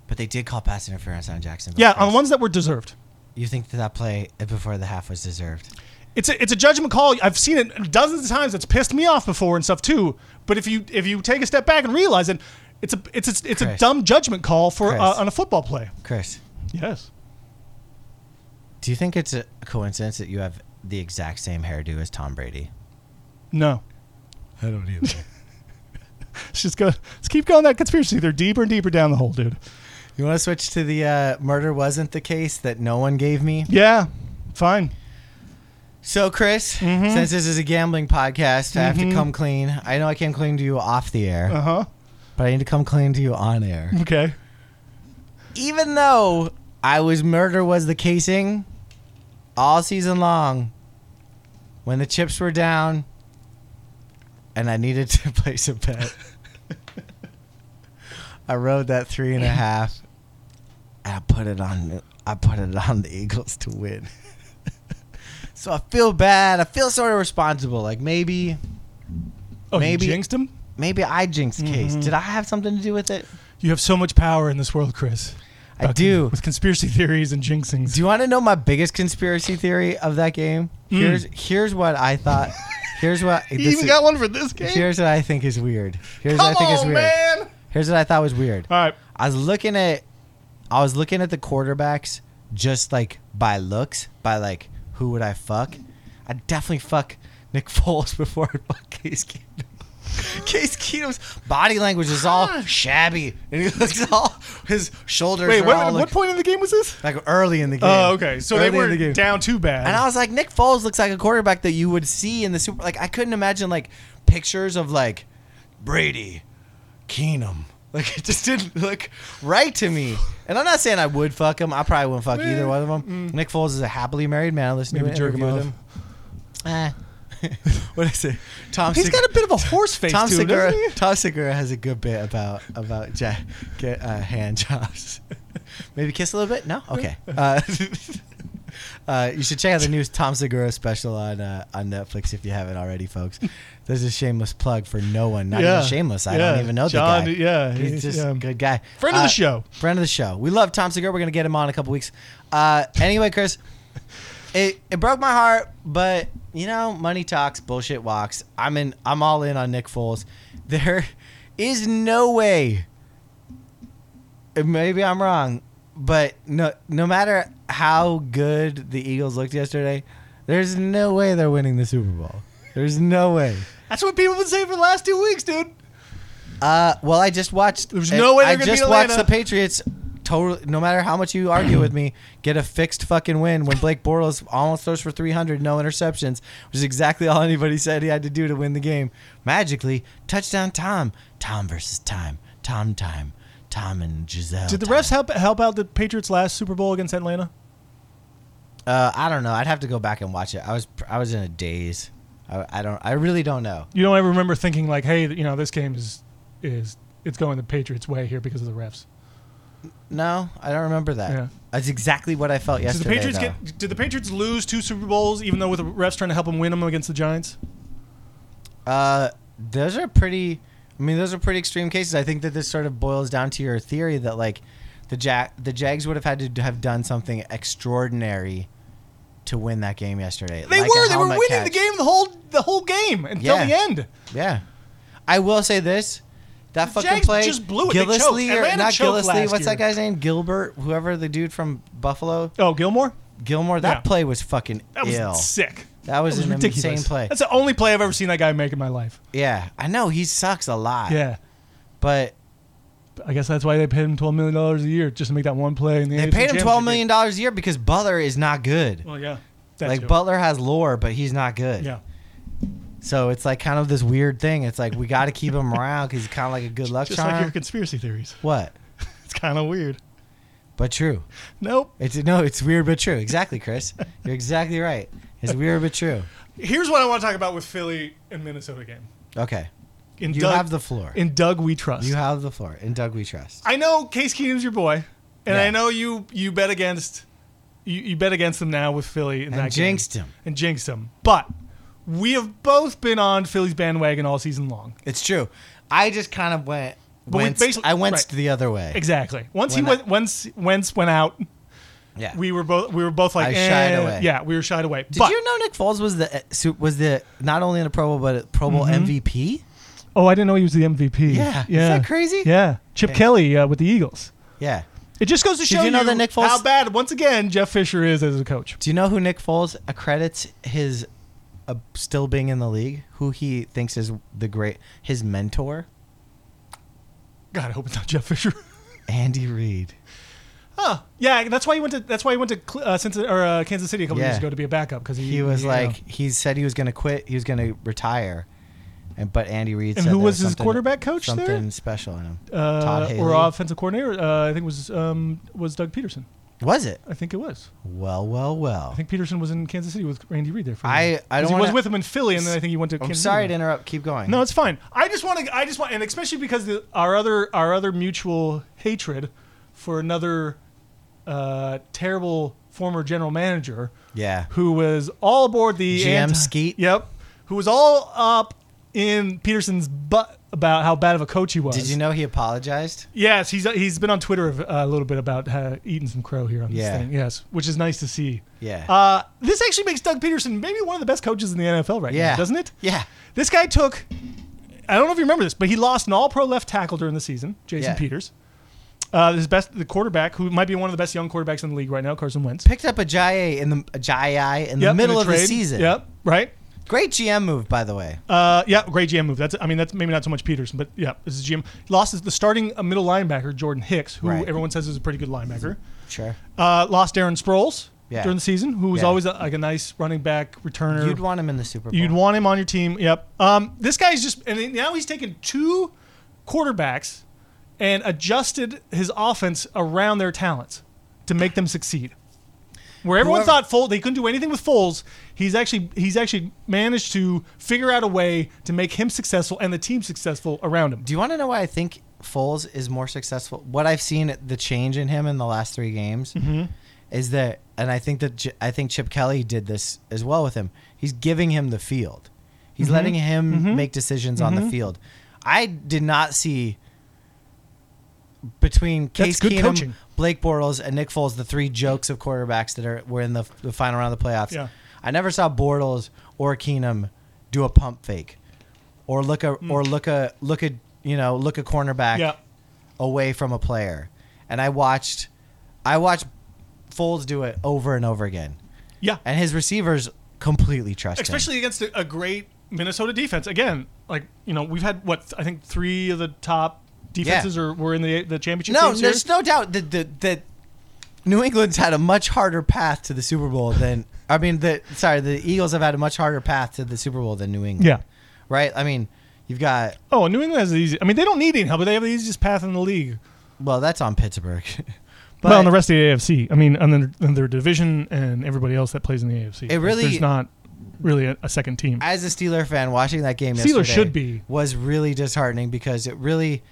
B: But they did call pass interference on Jacksonville.
C: Yeah,
B: first.
C: on the ones that were deserved.
B: You think that that play before the half was deserved?
C: It's a, it's a judgment call. I've seen it dozens of times. It's pissed me off before and stuff too. But if you if you take a step back and realize that it's a it's a, it's a
B: Chris.
C: dumb judgment call for uh,
B: Chris.
C: on a football play.
B: Chris,
C: Yes.
B: do you think it's a coincidence that you have the exact same hairdo as Tom Brady?
C: No.
B: I don't either.
C: Let's just go. Let's keep going that conspiracy. They're deeper and deeper down the hole, dude.
B: you want to switch to the uh, murder wasn't the case that no one gave me?
C: Yeah. Fine.
B: So, Chris, since this is a gambling podcast, I have to come clean. I know I came clean to you off the air,
C: Uh huh.
B: but I need to come clean to you on air.
C: Okay.
B: Even though I was murder was the casing all season long, when the chips were down and I needed to place a bet, I rode that three and a half and I put it on I put it on the Eagles to win. so I feel bad. I feel sort of responsible. Like maybe
C: Oh,
B: Maybe-
C: you jinxed him.
B: maybe I jinxed case. Did I have something to do with it?
C: You have so much power in this world, Chris.
B: I do.
C: With conspiracy theories and jinxings.
B: Do you want to know my biggest conspiracy theory of that game? Here's here's what I thought. Here's what
C: Hmm. you
B: this
C: even
B: is-
C: got one for this game?
B: Here's what I think is weird. Here's
C: Come
B: what I think is
C: on,
B: weird.
C: man.
B: Here's what I thought was weird.
C: All right.
B: I was looking at I was looking at the quarterbacks just like by looks, by like who would I fuck. I'd definitely fuck Nick Foles before I'd fuck Case Keenum. Case Keenum's body language is all shabby, and he looks all his shoulders
C: Wait,
B: are
C: what,
B: all
C: what
B: like,
C: point in the game was this?
B: like early in the game.
C: Oh, okay. So
B: Early
C: they
B: in
C: were
B: the game.
C: not down too bad.
B: And I was like, Nick Foles looks like a quarterback that you would see in the Super. Like, I couldn't imagine like pictures of like Brady, Keenum. Like, it just didn't look right to me. And I'm not saying I would fuck him. I probably wouldn't fuck either one of them. Nick Foles is a happily married man. I listened
C: Mm. Maybe
B: to an
C: jerk him
B: interview with him. Ah. what is it? Tom.
C: He's
B: Sig-
C: got a bit of a horse face
B: Tom
C: to him,
B: Segura.
C: doesn't he?
B: Tom Segura has a good bit about about jack, get, uh, hand jobs. Maybe kiss a little bit. No, okay. Uh, uh, you should check out the new Tom Segura special on uh, on Netflix if you haven't already, folks. There's a shameless plug for no one. Not
C: Yeah.
B: even shameless. I
C: Yeah.
B: don't even know
C: John,
B: the guy.
C: yeah,
B: he's
C: he's-
B: just
C: yeah.
B: a good guy.
C: Friend of the
B: Uh,
C: show.
B: Friend of the show. We love Tom Segura. We're gonna get him on in a couple weeks. Uh, anyway, Chris it, it broke my heart, but you know, money talks, bullshit walks. I'm in. I'm all in on Nick Foles. There is no way. and Maybe I'm wrong, but no, no matter how good the Eagles looked yesterday, there's no way they're winning the Super Bowl. There's no way.
C: That's what people have been saying for the last two weeks, dude.
B: Uh, well, I just watched.
C: There's no way
B: I
C: they're gonna
B: just
C: beat
B: watched
C: Atlanta.
B: the Patriots. Totally, no matter how much you argue with me, get a fixed fucking win when Blake Bortles almost throws for 300, no interceptions, which is exactly all anybody said he had to do to win the game. Magically, touchdown Tom, Tom versus time, Tom time, Tom and Giselle.
C: Did the
B: time.
C: refs help help out the Patriots last Super Bowl against Atlanta?
B: Uh, I don't know. I'd have to go back and watch it. I was I was in a daze. I, I don't. I really don't know.
C: You don't ever remember thinking like, hey, you know, this game is is it's going the Patriots way here because of the refs.
B: No, I don't remember that.
C: Yeah.
B: That's exactly what I felt
C: Did the
B: yesterday.
C: Patriots
B: though.
C: get? Did the Patriots lose two Super Bowls even though with the refs trying to help them win them against the Giants?
B: Uh, those are pretty. I mean, those are pretty extreme cases. I think that this sort of boils down to your theory that like the Jack the Jags would have had to have done something extraordinary to win that game yesterday.
C: They
B: Like a
C: were. They were
B: helmet
C: winning the
B: catch.
C: game the whole the whole game until
B: Yeah.
C: the end.
B: Yeah, I will say this. That fucking
C: Jags
B: play
C: just blew it. They choked.
B: Gillisley, or
C: Atlanta
B: not
C: choked
B: Gillisley.
C: last
B: What's that
C: year.
B: guy's name? Gilbert, whoever the dude from Buffalo,
C: Oh, Gilmore.
B: Gilmore. That
C: Yeah.
B: play was fucking
C: That was
B: ill.
C: sick.
B: That was, an insane play.
C: That's the only play I've ever seen that guy make in my life.
B: yeah, I know he sucks a lot.
C: Yeah.
B: but
C: I guess that's why they paid him twelve million dollars a year just to make that one play. In the
B: They
C: AFC
B: paid him twelve
C: Championship
B: million dollars a year because Butler is not good.
C: game. Well, yeah. That
B: like
C: too.
B: Butler has lore, but he's not good.
C: Yeah.
B: So it's like kind of this weird thing. It's like we got to keep him around because he's kind of like a good luck
C: Just
B: charm.
C: like your conspiracy theories.
B: what?
C: It's kind of weird.
B: But true.
C: Nope.
B: It's no. It's weird but true. Exactly, Chris. You're exactly right. It's weird but true.
C: Here's what I want to talk about with Philly and Minnesota game.
B: Okay.
C: In
B: You
C: Doug,
B: have the floor.
C: in Doug we trust.
B: You have the floor. In Doug we trust.
C: I know Case Keenum's your boy, and
B: Yeah.
C: I know you you bet against you, you bet against them now with Philly in
B: And
C: that
B: jinxed
C: game.
B: him.
C: and jinxed him. But we have both been on Philly's bandwagon all season long.
B: It's true. I just kind of went.
C: we
B: Went,
C: basically-
B: I went
C: right.
B: the other way.
C: Exactly. Once
B: When
C: he
B: I-
C: went, once Wentz went out,
B: Yeah.
C: we were both we were both like
B: I shied
C: eh.
B: away.
C: Yeah, we were shied away.
B: Did
C: but
B: you know Nick Foles was the uh, su- was the not only in the Pro Bowl but a Pro
C: Mm-hmm.
B: Bowl MVP?
C: oh, I didn't know he was the MVP.
B: Yeah. Is that crazy?
C: Yeah, Chip Kelly uh, with the Eagles.
B: Yeah.
C: It just goes to show
B: you know that Nick Foles-
C: how bad once again Jeff Fisher is as a coach.
B: Do you know who Nick Foles accredits his uh, still being in the league? Who he thinks is the great his mentor?
C: God, I hope it's not Jeff Fisher.
B: Andy Reid.
C: Huh. Yeah, that's why he went to that's why he went to Cl- uh, Cincinnati, or uh, Kansas City a couple
B: Yeah.
C: years ago to be a backup because he,
B: He was
C: you know.
B: like he said he was going to quit. He was going to retire, and but Andy Reid.
C: And
B: said
C: who
B: there
C: was his
B: something-
C: quarterback coach there?
B: Something special in him.
C: uh,
B: Todd Haley.
C: or offensive coordinator. Uh, I think was um, was Doug Peterson.
B: Was it?
C: I think it was.
B: Well, well, well.
C: I think Peterson was in Kansas City with Randy Reed there. For a
B: I-
C: while.
B: I
C: 'Cause
B: don't
C: he was
B: wanna-
C: with him in Philly, and then I think he went to.
B: I'm
C: Kansas
B: sorry
C: City.
B: to interrupt. Keep going.
C: No, it's fine. I just want to. I just want, and especially because the, our other our other mutual hatred for another uh, terrible former general manager.
B: Yeah.
C: Who was all aboard the
B: GM
C: anti-
B: Skeet?
C: Yep. Who was all up in Peterson's butt about how bad of a coach he was.
B: Did you know he apologized?
C: Yes, he's he's been on Twitter uh, a little bit about uh, eating some crow here on this
B: Yeah.
C: thing. Yes, which is nice to see.
B: Yeah.
C: Uh, this actually makes Doug Peterson maybe one of the best coaches in the NFL right
B: yeah.
C: now, doesn't it?
B: Yeah.
C: This guy took, I don't know if you remember this, but he lost an all pro left tackle during the season, Jason
B: Yeah.
C: Peters. Uh, his best, the quarterback, who might be one of the best young quarterbacks in the league right now, Carson Wentz.
B: Picked up a Jai in the a Jai in the
C: Yep,
B: middle
C: a
B: of the
C: trade.
B: season.
C: Yep, right?
B: Great GM move, by the way.
C: Uh, yeah, great GM move. That's I mean that's maybe not so much Peterson, but yeah, this is GM. Lost is the starting uh, middle linebacker Jordan Hicks, who
B: Right.
C: everyone says is a pretty good linebacker.
B: Sure.
C: Uh, lost Aaron Sproles
B: Yeah.
C: during the season, who was
B: Yeah.
C: always a, like a nice running back returner.
B: You'd want him in the Super Bowl.
C: You'd want him on your team. Yep. Um, this guy's just and now he's taken two quarterbacks and adjusted his offense around their talents to make them succeed. Where everyone
B: Whoever-
C: thought Foles, they couldn't do anything with Foles, he's actually he's actually managed to figure out a way to make him successful and the team successful around him.
B: Do you want to know why I think Foles is more successful? What I've seen the change in him in the last three games
C: Mm-hmm.
B: is that, and I think that J- I think Chip Kelly did this as well with him. He's giving him the field. He's
C: Mm-hmm.
B: letting him make decisions on the field. I did not see between Case
C: good
B: Keenum,
C: coaching.
B: Blake Bortles, and Nick Foles, the three jokes of quarterbacks that are were in the, the final round of the playoffs.
C: Yeah.
B: I never saw Bortles or Keenum do a pump fake or look a or look a look a you know look a cornerback
C: Hmm. Yeah.
B: away from a player, and I watched I watched Foles do it over and over again,
C: Yeah.
B: and his receivers completely trust him.
C: especially against a, a great Minnesota defense. Again, like you know, we've had what I think three of the top defenses are were in the the championship.
B: No,
C: games
B: there's
C: here.
B: no doubt that that, that New England's had a much harder path to the Super Bowl than I mean the sorry the Eagles have had a much harder path to the Super Bowl than New England.
C: Yeah.
B: right. I mean you've got
C: Oh, New England has the easy. I mean, they don't need any help, but they have the easiest path in the league.
B: well that's on Pittsburgh. but
C: well, and the rest of the AFC. I mean, and then and their division and everybody else that plays in the AFC. Like,
B: really-
C: there's not really a, a second team.
B: as a Steeler fan, watching that game
C: Steelers
B: yesterday
C: should be.
B: was really disheartening because it really,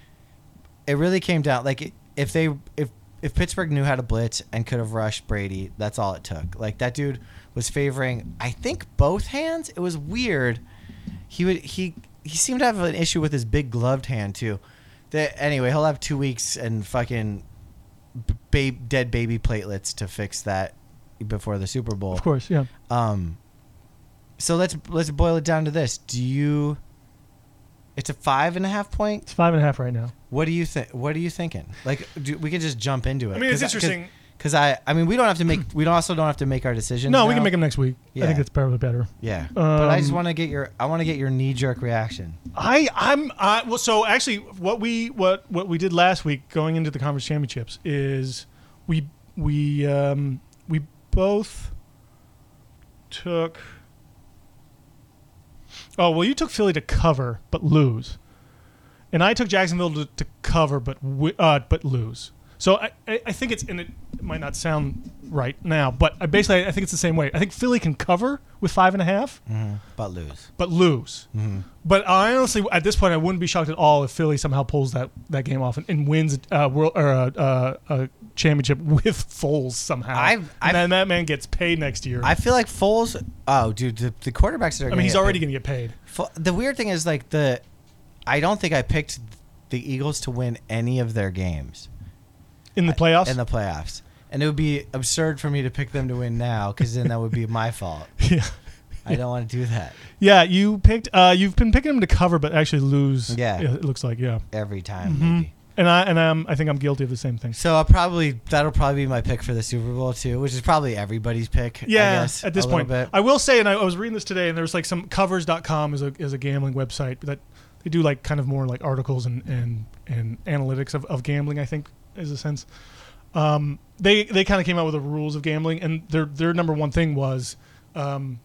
B: it really came down like it- if they if if Pittsburgh knew how to blitz and could have rushed Brady, that's all it took. Like that dude was favoring, I think both hands. It was weird. He would he he seemed to have an issue with his big gloved hand too. That anyway, he'll have two weeks and fucking ba- dead baby platelets to fix that before the Super Bowl.
C: of course, yeah.
B: Um, so let's let's boil it down to this. Do you? It's a five and a half point.
C: It's five and a half right now.
B: What do you think? What are you thinking? Like do, we can just jump into it.
C: I mean, it's
B: 'Cause
C: interesting.
B: Because I, I mean, we don't have to make. We don't- also don't have to make our decisions.
C: No, we
B: now.
C: can make them next week. I
B: Yeah.
C: think that's probably better.
B: Yeah, but I just
C: Um,
B: want to get your. I want to get your knee jerk reaction.
C: I I'm uh, well. So actually, what we what what we did last week going into the conference championships is we we um, we both took. Oh well, you took Philly to cover but lose, and I took Jacksonville to, to cover but wi- uh, but lose. So I, I I think it's and it might not sound right now, but I basically I think it's the same way. I think Philly can cover with five and a half,
B: But lose.
C: but lose. But I honestly, at this point, I wouldn't be shocked at all if Philly somehow pulls that, that game off and, and wins uh, world or uh, uh, a championship with Foles somehow.
B: I've- I've-
C: and then that man gets paid next year.
B: I feel like Foles. Oh, dude, the, the quarterbacks that are.
C: I mean, he's already going to get paid.
B: Fo- The weird thing is like the, I don't think I picked the Eagles to win any of their games.
C: In the playoffs?
B: in the playoffs. And it would be absurd for me to pick them to win now because then that would be my fault.
C: yeah.
B: I don't want to do that
C: yeah, you picked. Uh, you've been picking him to cover, but actually lose.
B: Yeah.
C: it looks like yeah.
B: every time.
C: Mm-hmm.
B: Maybe.
C: And I and um, I think I'm guilty of the same thing.
B: So I'll probably that'll probably be my pick for the Super Bowl too, which is probably everybody's pick. I
C: Yeah,
B: guess,
C: at this
B: a little
C: point,
B: bit.
C: I will say, and I, I was reading this today, and there was like some covers.com is a is a gambling website that they do like kind of more like articles and and and analytics of, of gambling. I think is a sense. Um, they they kind of came out with the rules of gambling, and their their number one thing was, um,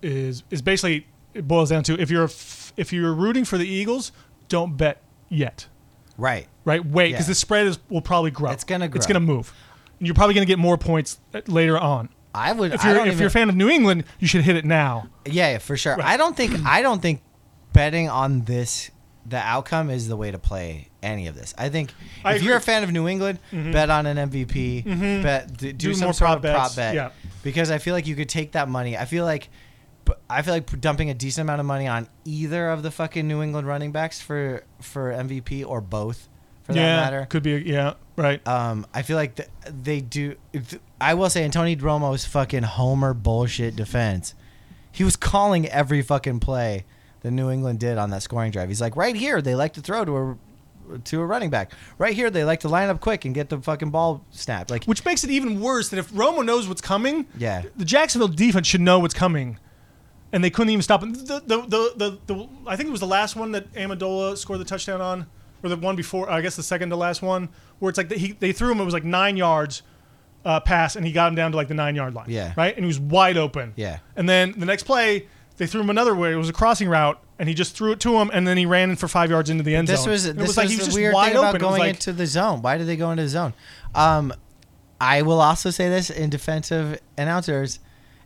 C: is is basically it boils down to if you're a f- if you're rooting for the Eagles, don't bet yet
B: right.
C: right? Wait, because
B: Yeah.
C: the spread is will probably grow.
B: It's gonna
C: It's
B: grow.
C: gonna move. And you're probably gonna get more points uh, later on.
B: I would.
C: If
B: I
C: you're if
B: don't
C: you're a
B: even-
C: fan of New England, you should hit it now.
B: yeah, yeah, for sure. I don't think I don't think betting on this the outcome is the way to play any of this. I think
C: I
B: if you're a
C: agree. Mm-hmm.
B: fan of New England, bet on an MVP, bet d- do,
C: Do
B: some
C: more
B: sort of
C: prop
B: prop
C: bets,
B: bet.
C: yeah.
B: Because I feel like you could take that money. I feel like but I feel like dumping a decent amount of money on either of the fucking New England running backs for for MVP or both for
C: yeah,
B: that matter.
C: could be. A, yeah, right.
B: Um, I feel like th- they do. th- I will say, Antonio Romo's fucking homer bullshit defense. He was calling every fucking play that New England did on that scoring drive. He's like, right here, they like to throw to a to a running back. Right here, they like to line up quick and get the fucking ball snapped. Like,
C: Which makes it even worse that if Romo knows what's coming,
B: Yeah.
C: the Jacksonville defense should know what's coming, and they couldn't even stop him. The, the, the, the, the, I think it was the last one that Amendola scored the touchdown on, or the one before, I guess the second to last one, where it's like they, he, they threw him, it was like nine yards uh, pass, and he got him down to like the nine yard line.
B: Yeah.
C: Right? And he was wide open.
B: Yeah.
C: And then the next play, they threw him another way. It was a crossing route, and he just threw it to him, and then he ran in for five yards into the end
B: This
C: zone.
B: was
C: And
B: this
C: it was like he was
B: the
C: just
B: weird
C: wide
B: thing about
C: open. It was
B: going
C: like-
B: into the zone. Why did they go into the zone? Um, I will also say this in defensive announcers,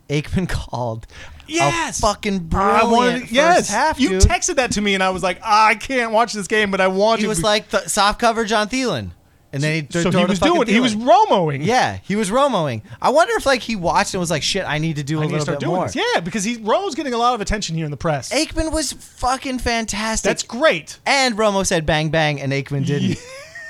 B: Aikman called.
C: Yes!
B: a fucking
C: I
B: brilliant
C: wanted
B: first
C: yes.
B: half.
C: you
B: dude.
C: texted that to me, and I was like, "Ah, I can't watch this game, but I want
B: He
C: to.
B: was like the soft coverage on Thielen, and then he th-
C: so
B: throw
C: he
B: to
C: was
B: fucking
C: doing. He
B: Thielen.
C: was Romoing.
B: Yeah, he was Romoing. I wonder if like he watched and was like, "Shit, I need to do a
C: I need to
B: little
C: start
B: bit
C: doing
B: more."
C: this. Yeah, because he Romo's getting a lot of attention here in the press.
B: Aikman was fucking fantastic.
C: That's great.
B: and Romo said bang bang, and Aikman didn't.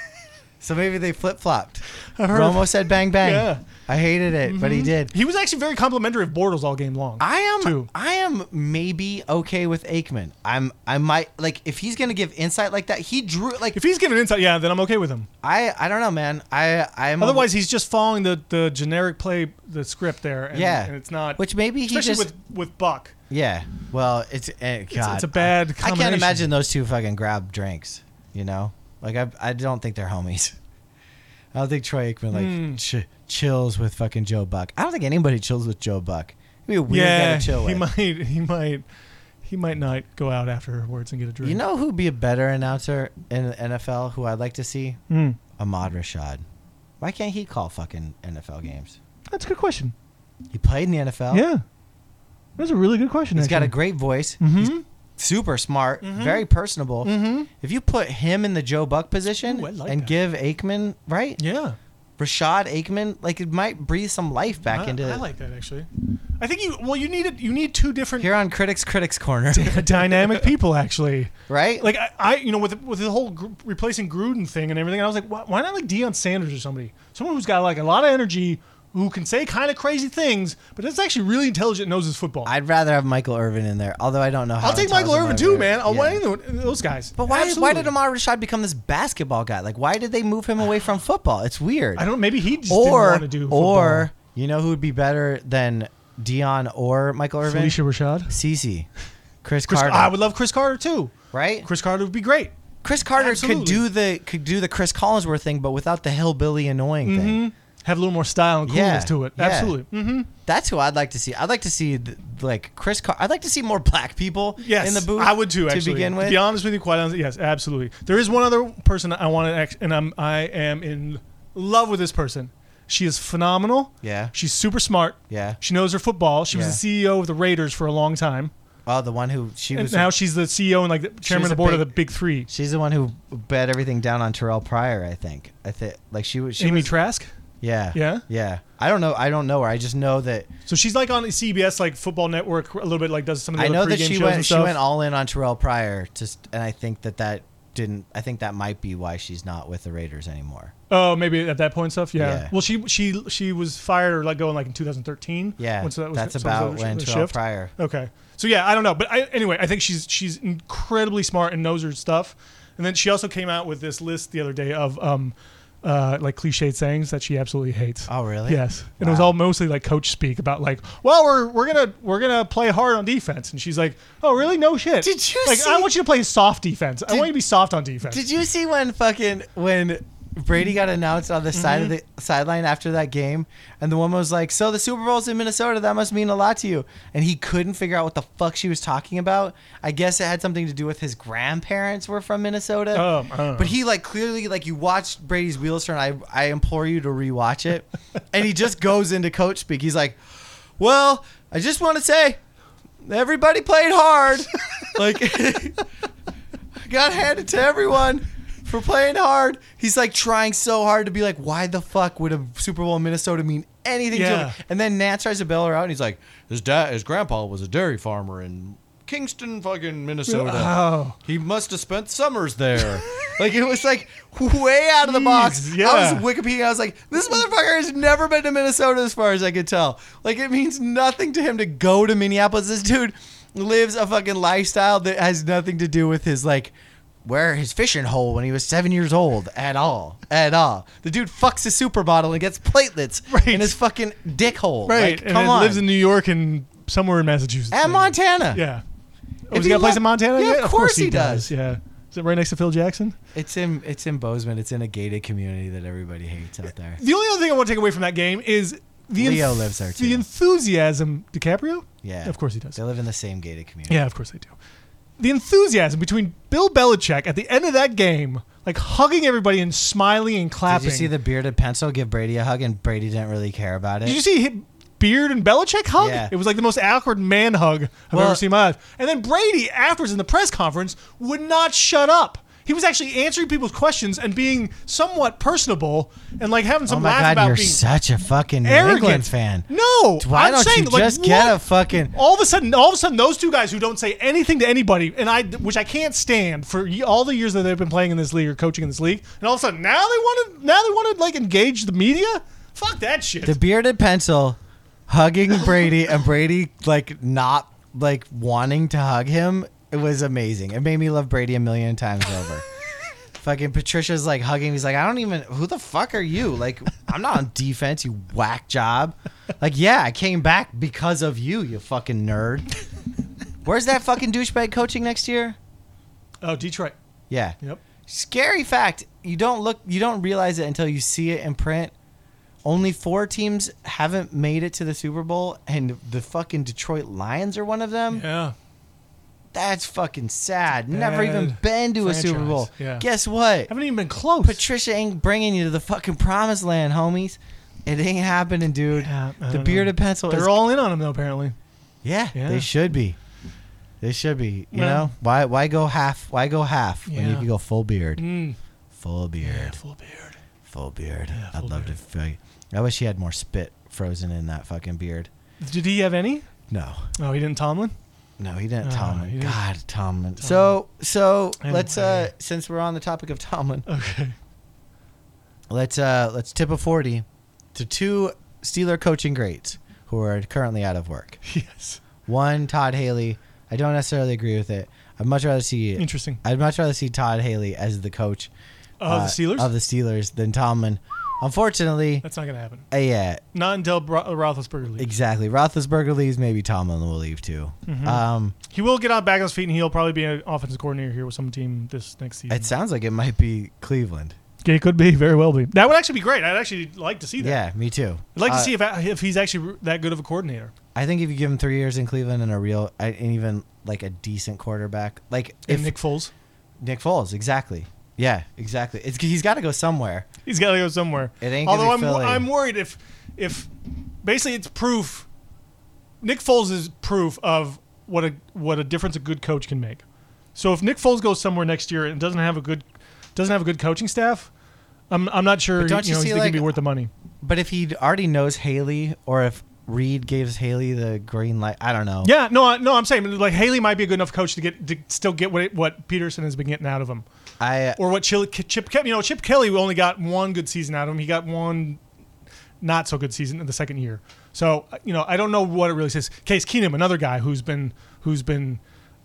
B: so maybe they flip flopped.
C: heard
B: Romo said bang bang.
C: Yeah. Mm-hmm.
B: I hated it, but he did.
C: He was actually very complimentary of Bortles all game long.
B: I am
C: too.
B: I am maybe okay with Aikman. I'm I might like if he's gonna give insight like that. He drew like
C: If he's giving insight, yeah, then I'm okay with him.
B: I I don't know, man. I I'm
C: Otherwise, he's just following the, the generic play, the script there. And,
B: yeah,
C: and it's not.
B: which maybe he just
C: especially with with Buck.
B: yeah. Well, it's eh, God,
C: it's a bad
B: I, I can't
C: combination.
B: imagine those two fucking grab drinks. You know, like I I don't think they're homies. I don't think Troy Aikman like
C: Hmm.
B: ch- chills with fucking Joe Buck. I don't think anybody chills with Joe Buck. It'd be a weird guy
C: yeah,
B: to chill
C: he
B: with.
C: might he might he might not go out afterwards and get a drink.
B: You know who'd be a better announcer in the NFL? Who I'd like to see?
C: Hmm.
B: Ahmad Rashad. Why can't he call fucking NFL games?
C: that's a good question.
B: He played in the NFL.
C: Yeah, that's a really good question.
B: He's got a great voice.
C: Mm-hmm.
B: Super smart. Very personable.
C: Mm-hmm.
B: If you put him in the Joe Buck position
C: Ooh, I like
B: and
C: that.
B: give Aikman right,
C: Yeah,
B: Rashad Aikman, like it might breathe some life back
C: I,
B: into
C: I like that actually. I think you well you need it. You need two different
B: here on Critics Critics Corner,
C: dynamic people actually.
B: right?
C: Like I, I you know, with with the whole gr- replacing Gruden thing and everything, I was like, why, why not like Deion Sanders or somebody, someone who's got like a lot of energy, who can say kind of crazy things, but is actually really intelligent, knows his football. I,
B: I'd rather have Michael Irvin in there, although I don't know how.
C: will take Michael
B: intelligent
C: Irvin too,
B: Irvin-
C: man. I'll
B: Yeah.
C: yeah. those guys.
B: But why, why did
C: Absolutely.
B: Amar Rashad become this basketball guy? Like, why did they move him away from football? It's weird.
C: I don't. Maybe he just didn't
B: or
C: want to do football.
B: or you know who would be better than Dion or Michael Irvin?
C: Felicia Rashad.
B: Cece, Chris,
C: Chris,
B: Carter,
C: I would love Chris Carter too.
B: right? Chris,
C: Chris Carter would be great.
B: Carter
C: Absolutely.
B: could do the could do the Chris Collinsworth thing, but without the hillbilly annoying
C: Mm-hmm.
B: thing.
C: Have a little more style and
B: Yeah,
C: coolness to it.
B: yeah.
C: Absolutely. Mm-hmm.
B: That's who I'd like to see. I'd like to see th- like Chris. Car- I'd like to see more black people
C: Yes,
B: in the booth.
C: I would too. Actually,
B: to begin with.
C: to be honest with you, quite honestly, yes, absolutely. There is one other person I want to, ex- and I'm I am in love with this person. She is phenomenal.
B: Yeah.
C: she's super smart.
B: Yeah.
C: she knows her football. She
B: Yeah.
C: was the CEO of the Raiders for a long time,
B: oh, the one who she
C: and
B: was.
C: now she's the CEO and like the chairman
B: was
C: of the
B: a
C: board of
B: big-
C: the Big Three.
B: she's the one who bet everything down on Terrell Pryor. I think. I think like she was. She
C: Amy
B: was,
C: Trask.
B: Yeah.
C: Yeah?
B: Yeah. I don't know. I don't know her. I just know that
C: So she's like on CBS, like Football Network, a little bit like does some of the
B: I
C: other
B: know that
C: pregame
B: she
C: shows
B: went.
C: and
B: She
C: stuff.
B: went all in on Terrell Pryor. Just and I think that that didn't. I think that might be why she's not with the Raiders anymore.
C: Oh, maybe at that point and stuff. Yeah.
B: Yeah.
C: Well, she she she was fired or let go in like in 2013.
B: Yeah,
C: Once that was-
B: that's
C: so that
B: about
C: was
B: when
C: the
B: Terrell Pryor-
C: Okay. So yeah, I don't know, but I, anyway, I think she's she's incredibly smart and knows her stuff. And then she also came out with this list the other day of um, uh, like cliched sayings that she absolutely hates.
B: Oh, really?
C: Yes. And it was
B: Wow.
C: all mostly like coach speak about like, well, we're we're gonna we're gonna play hard on defense, and she's like, oh, really? No shit.
B: Did you
C: like? I
B: see-
C: want you to play soft defense. I want you to be soft on defense.
B: Did you see when fucking when Brady got announced on the side of the sideline after that game, and the woman was like, "So the Super Bowl's in Minnesota. That must mean a lot to you." And he couldn't figure out what the fuck she was talking about. I guess it had something to do with his grandparents were from Minnesota.
C: Um, I don't know.
B: but he like clearly like you watched Brady's wheels turn. I I implore you to rewatch it. and he just goes into coach speak. He's like, "Well, I just want to say." Everybody played hard. like got handed to everyone for playing hard. He's like trying so hard to be like, why the fuck would a Super Bowl in Minnesota mean anything to
C: Yeah.
B: him? And then Nance tries to bail her out, and he's like, his dad, his grandpa was a dairy farmer in Kingston, fucking Minnesota.
C: Oh.
B: He must have spent summers there. like it was like way out of the box.
C: Jeez,
B: I
C: yeah.
B: was Wikipedia. I was like, this motherfucker has never been to Minnesota, as far as I could tell. Like it means nothing to him to go to Minneapolis. This dude lives a fucking lifestyle that has nothing to do with his like where his fishing hole when he was seven years old at all at all the dude fucks a supermodel and gets platelets
C: Right.
B: in his fucking dick hole
C: Right.
B: Like,
C: and
B: come
C: it
B: on
C: lives in New York and somewhere in Massachusetts.
B: At
C: maybe.
B: Montana.
C: Yeah. Oh,
B: If
C: has he
B: you
C: got a place
B: let-
C: in Montana?
B: Yeah,
C: yet?
B: of course he does.
C: Yeah. Is it right next to Phil Jackson?
B: It's in it's in Bozeman. It's in a gated community that everybody hates out there.
C: The only other thing I want to take away from that game is the
B: Leo lives there,
C: The
B: too.
C: enthusiasm, DiCaprio.
B: Yeah.
C: of course he does.
B: They live in the same gated community.
C: Yeah, of course they do. The enthusiasm between Bill Belichick at the end of that game, like hugging everybody and smiling and
B: Did
C: clapping.
B: you see the bearded pencil give Brady a hug and Brady didn't really care about it?
C: Did you see hi- Beard and Belichick hug?
B: Yeah.
C: It was like the most awkward man hug I've
B: Well-
C: ever seen in my life. And then Brady, afterwards in the press conference, would not shut up. He was actually answering people's questions and being somewhat personable and like having
B: oh
C: some laugh
B: my god,
C: about
B: you're
C: being
B: such a fucking New
C: arrogant
B: England fan.
C: No,
B: Why
C: I'm
B: don't
C: saying,
B: you
C: like,
B: just get
C: what?
B: a fucking
C: all of a sudden, all of a sudden, those two guys who don't say anything to anybody, and I, which I can't stand for ye- all the years that they've been playing in this league or coaching in this league, and all of a sudden now they want to, now they want to like engage the media. Fuck that shit.
B: the bearded pencil hugging Brady and Brady like not like wanting to hug him. It was amazing. It made me love Brady a million times over. Fucking Patricia's like hugging. He's like, I don't even. Who the fuck are you? Like, I'm not on defense. You whack job. Like, yeah, I came back because of you. You fucking nerd. Where's that fucking douchebag coaching next year?
C: oh, Detroit.
B: Yeah.
C: Yep.
B: Scary fact. You don't look. You don't realize it until you see it in print. Only four teams haven't made it to the Super Bowl, and the fucking Detroit Lions are one of them.
C: Yeah.
B: That's fucking sad. Never
C: bad
B: even been to a Super
C: franchise.
B: Bowl.
C: Yeah.
B: Guess what?
C: Haven't even been close.
B: Patricia ain't bringing you to the fucking promised land, homies. It ain't happening, dude.
C: Yeah, I
B: the
C: don't
B: bearded
C: know.
B: pencil
C: They're
B: is.
C: all in on him though. Apparently,
B: yeah,
C: Yeah.
B: they should be. They should be. You
C: Yeah.
B: know why? Why go half? Why go half when you
C: Yeah.
B: can go full beard?
C: Mm.
B: Full beard.
C: full beard.
B: Full beard.
C: Yeah, full
B: I'd love to. Feel, I wish he had more spit frozen in that fucking beard.
C: Did he have any?
B: No,
C: No, he didn't. Tomlin.
B: no, he didn't.
C: Uh,
B: Tomlin.
C: he didn't-
B: God, Tomlin. So, so let's. Uh,
C: Anyway.
B: since we're on the topic of Tomlin,
C: Okay.
B: let's uh, let's tip a forty to two Steeler coaching greats who are currently out of work.
C: Yes.
B: One, Todd Haley. I don't necessarily agree with it. I'd much rather see.
C: Interesting.
B: I'd much rather see Todd Haley as the coach
C: Of the Steelers?
B: Uh, of the Steelers than Tomlin. Unfortunately,
C: That's not gonna happen.
B: uh, yeah,
C: Not until Bro- uh, Roethlisberger leaves.
B: Exactly. Roethlisberger leaves. Maybe Tomlin will leave too.
C: Mm-hmm.
B: Um,
C: He will get on back on his feet, and he'll probably be an offensive coordinator here with some team this next season.
B: it sounds like it might be Cleveland.
C: it could be very well be. That would actually be great. I'd actually like to see that.
B: Yeah, me too.
C: I'd like
B: Uh,
C: to see if if he's actually that good of a coordinator.
B: I think if you give him three years in Cleveland and a real I- and even like a decent quarterback, like if
C: And Nick Foles,
B: Nick Foles, exactly. Yeah, exactly. It's, he's got to go somewhere.
C: he's got to go somewhere.
B: It ain't gonna
C: Although I'm
B: be Philly.
C: I'm worried if if basically it's proof. Nick Foles is proof of what a what a difference a good coach can make. So if Nick Foles goes somewhere next year and doesn't have a good doesn't have a good coaching staff, I'm I'm not sure
B: But don't
C: you
B: you
C: know,
B: see,
C: he's going
B: like,
C: to be worth the money.
B: But if he already knows Haley, or if Reed gives Haley the green light, I don't know.
C: Yeah, no, I- no, I'm saying like Haley might be a good enough coach to get to still get what it, what Peterson has been getting out of him,
B: I
C: or what Chil- Chip Kelly. You know, Chip Kelly only got one good season out of him. He got one not so good season in the second year. So uh, you know, I don't know what it really says. Case Keenum, another guy who's been who's been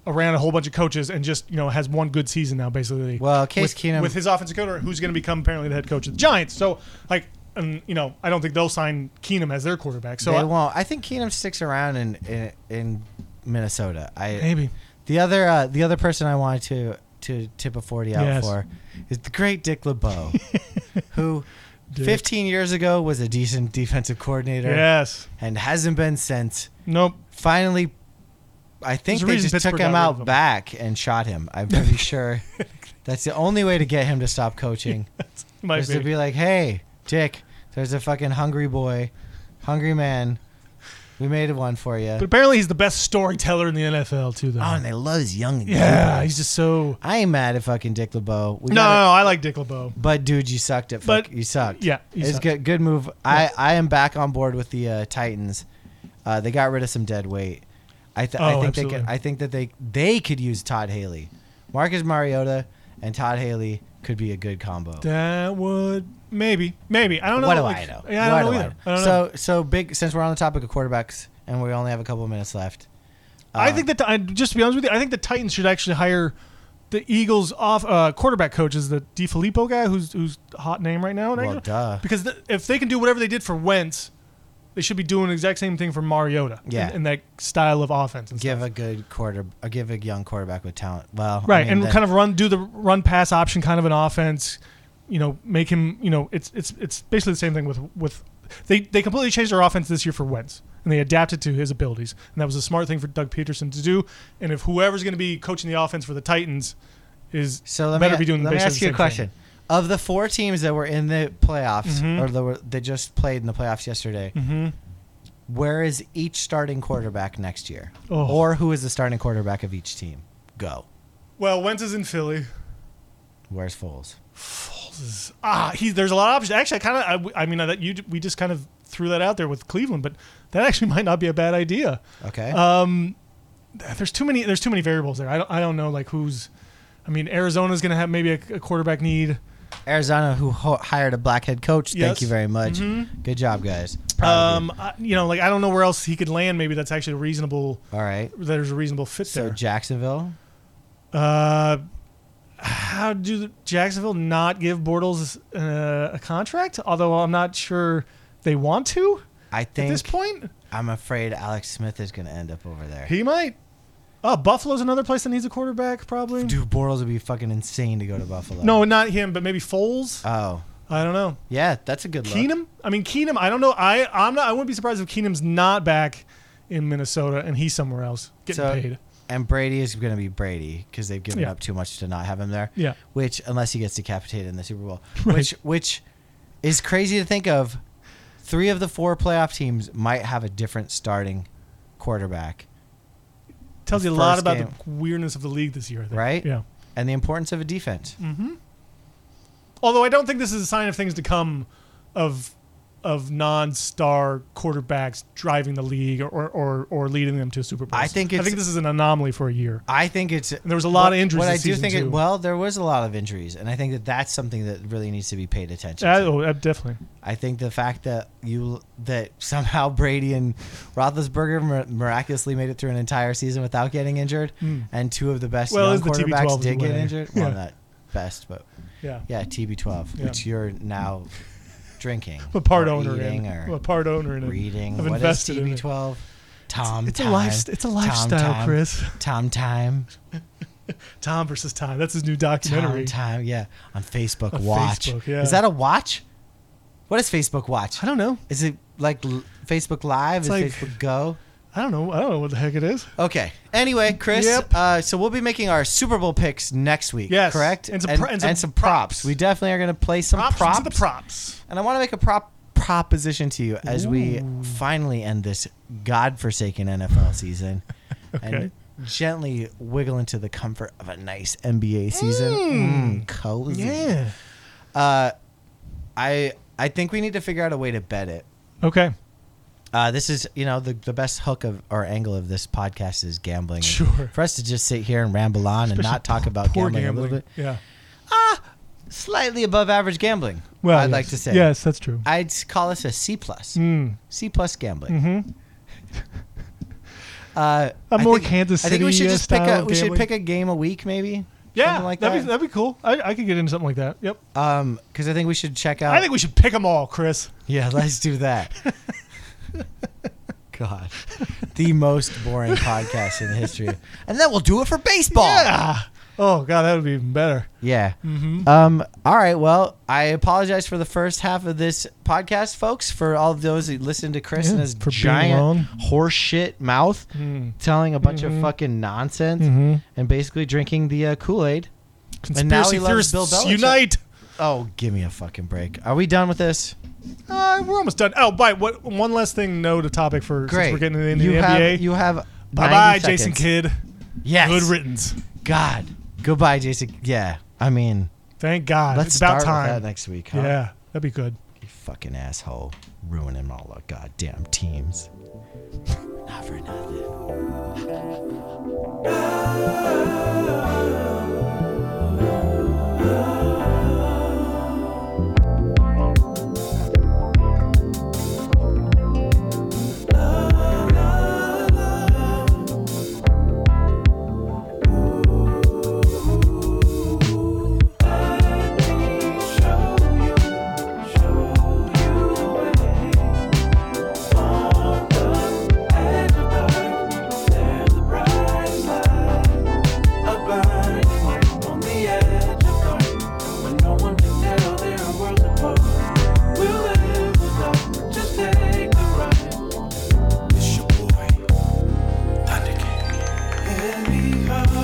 C: around a whole bunch of coaches and just you know has one good season now basically.
B: Well, Case
C: with,
B: Keenum-
C: with his offensive coordinator, who's going to become apparently the head coach of the Giants. So like, and you know, I don't think they'll sign Keenum as their quarterback. So
B: they
C: I-
B: won't. I think Keenum sticks around in in, in Minnesota. I
C: maybe
B: The other uh, the other person I wanted to to tip a forty out
C: Yes.
B: for is the great Dick LeBeau, who
C: Dick.
B: 15 years ago was a decent defensive coordinator
C: yes.
B: and hasn't been since.
C: Nope.
B: Finally, I think
C: There's a
B: they
C: reason
B: just took
C: Pittsburgh
B: him
C: got rid of
B: out
C: him.
B: back and shot him. I'm pretty sure that's the only way to get him to stop coaching
C: Might
B: is to
C: be.
B: be like, hey, Dick, there's a fucking hungry boy, hungry man. We made one for you.
C: But apparently he's the best storyteller in the NFL too, though.
B: oh, and they love his young.
C: yeah, he's just so.
B: I ain't mad at fucking Dick LeBeau. We
C: No, no,
B: gotta-
C: no, I like Dick LeBeau.
B: But dude, you sucked at fuck.
C: But-
B: you sucked.
C: yeah, he
B: it's
C: sucked.
B: good. Good move. I I am back on board with the uh, Titans. Uh, they got rid of some dead weight. I, th- I
C: Oh,
B: think they could.
C: absolutely.
B: I think that they they could use Todd Haley, Marcus Mariota, and Todd Haley could be a good combo.
C: That would maybe, maybe I don't know.
B: What do
C: like-
B: I know?
C: Yeah, I
B: What
C: don't know
B: do
C: either. I don't
B: so
C: know.
B: so big. Since we're on the topic of quarterbacks, and we only have a couple minutes left.
C: I
B: uh,
C: think that I, just to be honest with you, I think the Titans should actually hire the Eagles off uh, quarterback coach is the DiFilippo guy who's who's hot name right now. in
B: Well,
C: Anchor-
B: duh.
C: Because the, if they can do whatever they did for Wentz, They should be doing the exact same thing for Mariota. in-
B: Yeah.
C: In, that style of offense. And stuff.
B: Give a good quarter, uh, give a young quarterback with talent. Well, I
C: Right,
B: mean,
C: and
B: the-
C: kind of run do the run pass option kind of an offense. You know, make him. You know, it's it's it's basically the same thing with with they they completely changed their offense this year for Wentz, and they adapted to his abilities, and that was a smart thing for Doug Peterson to do. And if whoever's going to be coaching the offense for the Titans is
B: So let
C: better
B: me,
C: be doing
B: let me
C: basically
B: ask
C: the
B: you a
C: same
B: question.
C: thing.
B: Of the four teams that were in the playoffs, or
C: Mm-hmm.
B: that, were, that just played in the playoffs yesterday, where is each starting quarterback next year?
C: Mm-hmm. Oh.
B: Or who is the starting quarterback of each team? Go.
C: Well, Wentz is in Philly.
B: Where's Foles?
C: Ah, he, there's a lot of options. Actually, I kind of I, I mean that you we just kind of threw that out there with Cleveland, but that actually might not be a bad idea.
B: Okay.
C: Uh, there's too many there's too many variables there. I don't I don't know like who's I mean Arizona's going to have maybe a, a quarterback need.
B: Arizona, who ho- hired a black head coach. Thank
C: Yes. Mm-hmm.
B: you very much. Good job, guys. Proud of
C: Um I, you know like I don't know where else he could land maybe that's actually a reasonable
B: you. All right.
C: there's a reasonable fit
B: So
C: there.
B: Jacksonville.
C: uh how do the- Jacksonville not give Bortles uh, a contract? Although I'm not sure they want to
B: I
C: at
B: think
C: this point.
B: I'm afraid Alex Smith is going to end up over there.
C: He might. Oh, Buffalo's another place that needs a quarterback probably.
B: Dude, Bortles would be fucking insane to go to Buffalo.
C: No, not him, but maybe Foles.
B: Oh,
C: I don't know.
B: yeah, that's a good look.
C: Keenum. I mean, Keenum. I don't know. I I'm not. I wouldn't be surprised if Keenum's not back in Minnesota and he's somewhere else getting
B: So-
C: paid.
B: And Brady is going to be Brady because they've given
C: Yeah.
B: up too much to not have him there.
C: Yeah.
B: Which, unless he gets decapitated in the Super Bowl,
C: Right.
B: which which is crazy to think of. Three of the four playoff teams might have a different starting quarterback,
C: Tells
B: The
C: you a lot
B: first
C: about the weirdness of the league this year. I think.
B: Right?
C: Yeah.
B: and the importance of a defense.
C: Mm. Although I don't think this is a sign of things to come, of of non-star quarterbacks driving the league or or, or leading them to a Super Bowl.
B: I think
C: I
B: it's-
C: think this is an anomaly for a year.
B: I think it's
C: there was a lot of
B: what-
C: injuries
B: What I
C: this
B: do
C: season,
B: think, it,
C: too.
B: well, there was a lot of injuries, and I think that that's something that really needs to be paid attention.
C: Uh,
B: to.
C: oh, uh, definitely.
B: I think the fact that you that somehow Brady and Roethlisberger mir- miraculously made it through an entire season without getting injured, and two of the best
C: Hmm. Well,
B: young
C: it's the TB12
B: quarterbacks
C: is
B: did get
C: winning.
B: injured. Well,
C: Yeah.
B: not best, but
C: Yeah.
B: yeah, TB12,
C: Yeah.
B: which you're now drinking,
C: I'm a part
B: or
C: owner
B: eating,
C: in.
B: or
C: I'm a part owner in. it.
B: reading.
C: I've
B: What is
C: invested in it.
B: TB12? Tom,
C: It's a
B: time.
C: life. It's a
B: Tom
C: lifestyle,
B: time.
C: Chris.
B: Tom time,
C: Tom versus Time. That's his new
B: Tom
C: documentary.
B: time. Yeah, on Facebook
C: On
B: Watch.
C: Facebook, yeah.
B: Is that a watch? What is Facebook Watch?
C: I don't know.
B: Is it like l- Facebook Live? Is
C: It's like-
B: Facebook Go?
C: I don't know. I don't know what the heck it is.
B: Okay. Anyway, Chris.
C: Yep.
B: Uh, so we'll be making our Super Bowl picks next week.
C: Yes.
B: Correct.
C: And some pro- and some
B: props.
C: props.
B: We definitely are going to play some props.
C: to the props.
B: And I want to make a prop proposition to you as we finally end this godforsaken NFL season, and
C: Okay.
B: gently wiggle into the comfort of a nice NBA season. Mm, cozy.
C: Yeah.
B: Uh, I I think we need to figure out a way to bet it.
C: Okay.
B: Uh, this is, you know, the, the best hook of or angle of this podcast is gambling.
C: Sure.
B: For us to just sit here and ramble on and not talk about
C: Poor
B: gambling, a little bit.
C: Yeah.
B: Slightly above average gambling.
C: Well,
B: I'd
C: yes.
B: like to say.
C: Yes, that's true.
B: I'd s- call this a C plus.
C: Mm.
B: C plus gambling. Mm-hmm. Uh,
C: A
B: I
C: more
B: think-
C: Kansas
B: I think we
C: City,
B: should
C: uh,
B: just pick
C: style
B: a
C: of
B: we should
C: gambling.
B: pick a game a week maybe.
C: Yeah.
B: Something like
C: that'd, Be,
B: that.
C: that'd be cool. I, I could get into something like that. Yep.
B: Um, because I think we should check out.
C: I think we should pick them all, Chris.
B: yeah, let's do that. God, the most boring podcast in history, and then we'll do it for baseball.
C: Yeah. Mm-hmm. Oh God, that would be even better.
B: Yeah. Um, all right. Well, I apologize for the first half of this podcast, folks, for all of those who listened to Chris
C: Yeah,
B: and his
C: for being
B: giant
C: wrong.
B: horse shit mouth telling a bunch
C: Mm-hmm.
B: of fucking nonsense Hmm. and basically drinking the uh, Kool Aid. And now he
C: Conspiracy
B: loves
C: theorists
B: Bill Belichick.
C: unite.
B: Oh, give me a fucking break. Are we done with this?
C: Uh, we're almost done. Oh, bye. What? One last thing. No to topic for
B: Great.
C: since we're getting into
B: you
C: the
B: have,
C: NBA.
B: You have.
C: bye, bye,
B: 90
C: Jason
B: seconds.
C: Kidd.
B: Yes.
C: Good riddance.
B: God. Goodbye, Jason. Yeah. I mean,
C: Thank God.
B: let's
C: it's
B: start
C: about time.
B: with that next week. Huh?
C: Yeah, that'd be good.
B: You fucking asshole. Ruining all our goddamn teams. Not for nothing.
A: Show you, show you the way.
D: because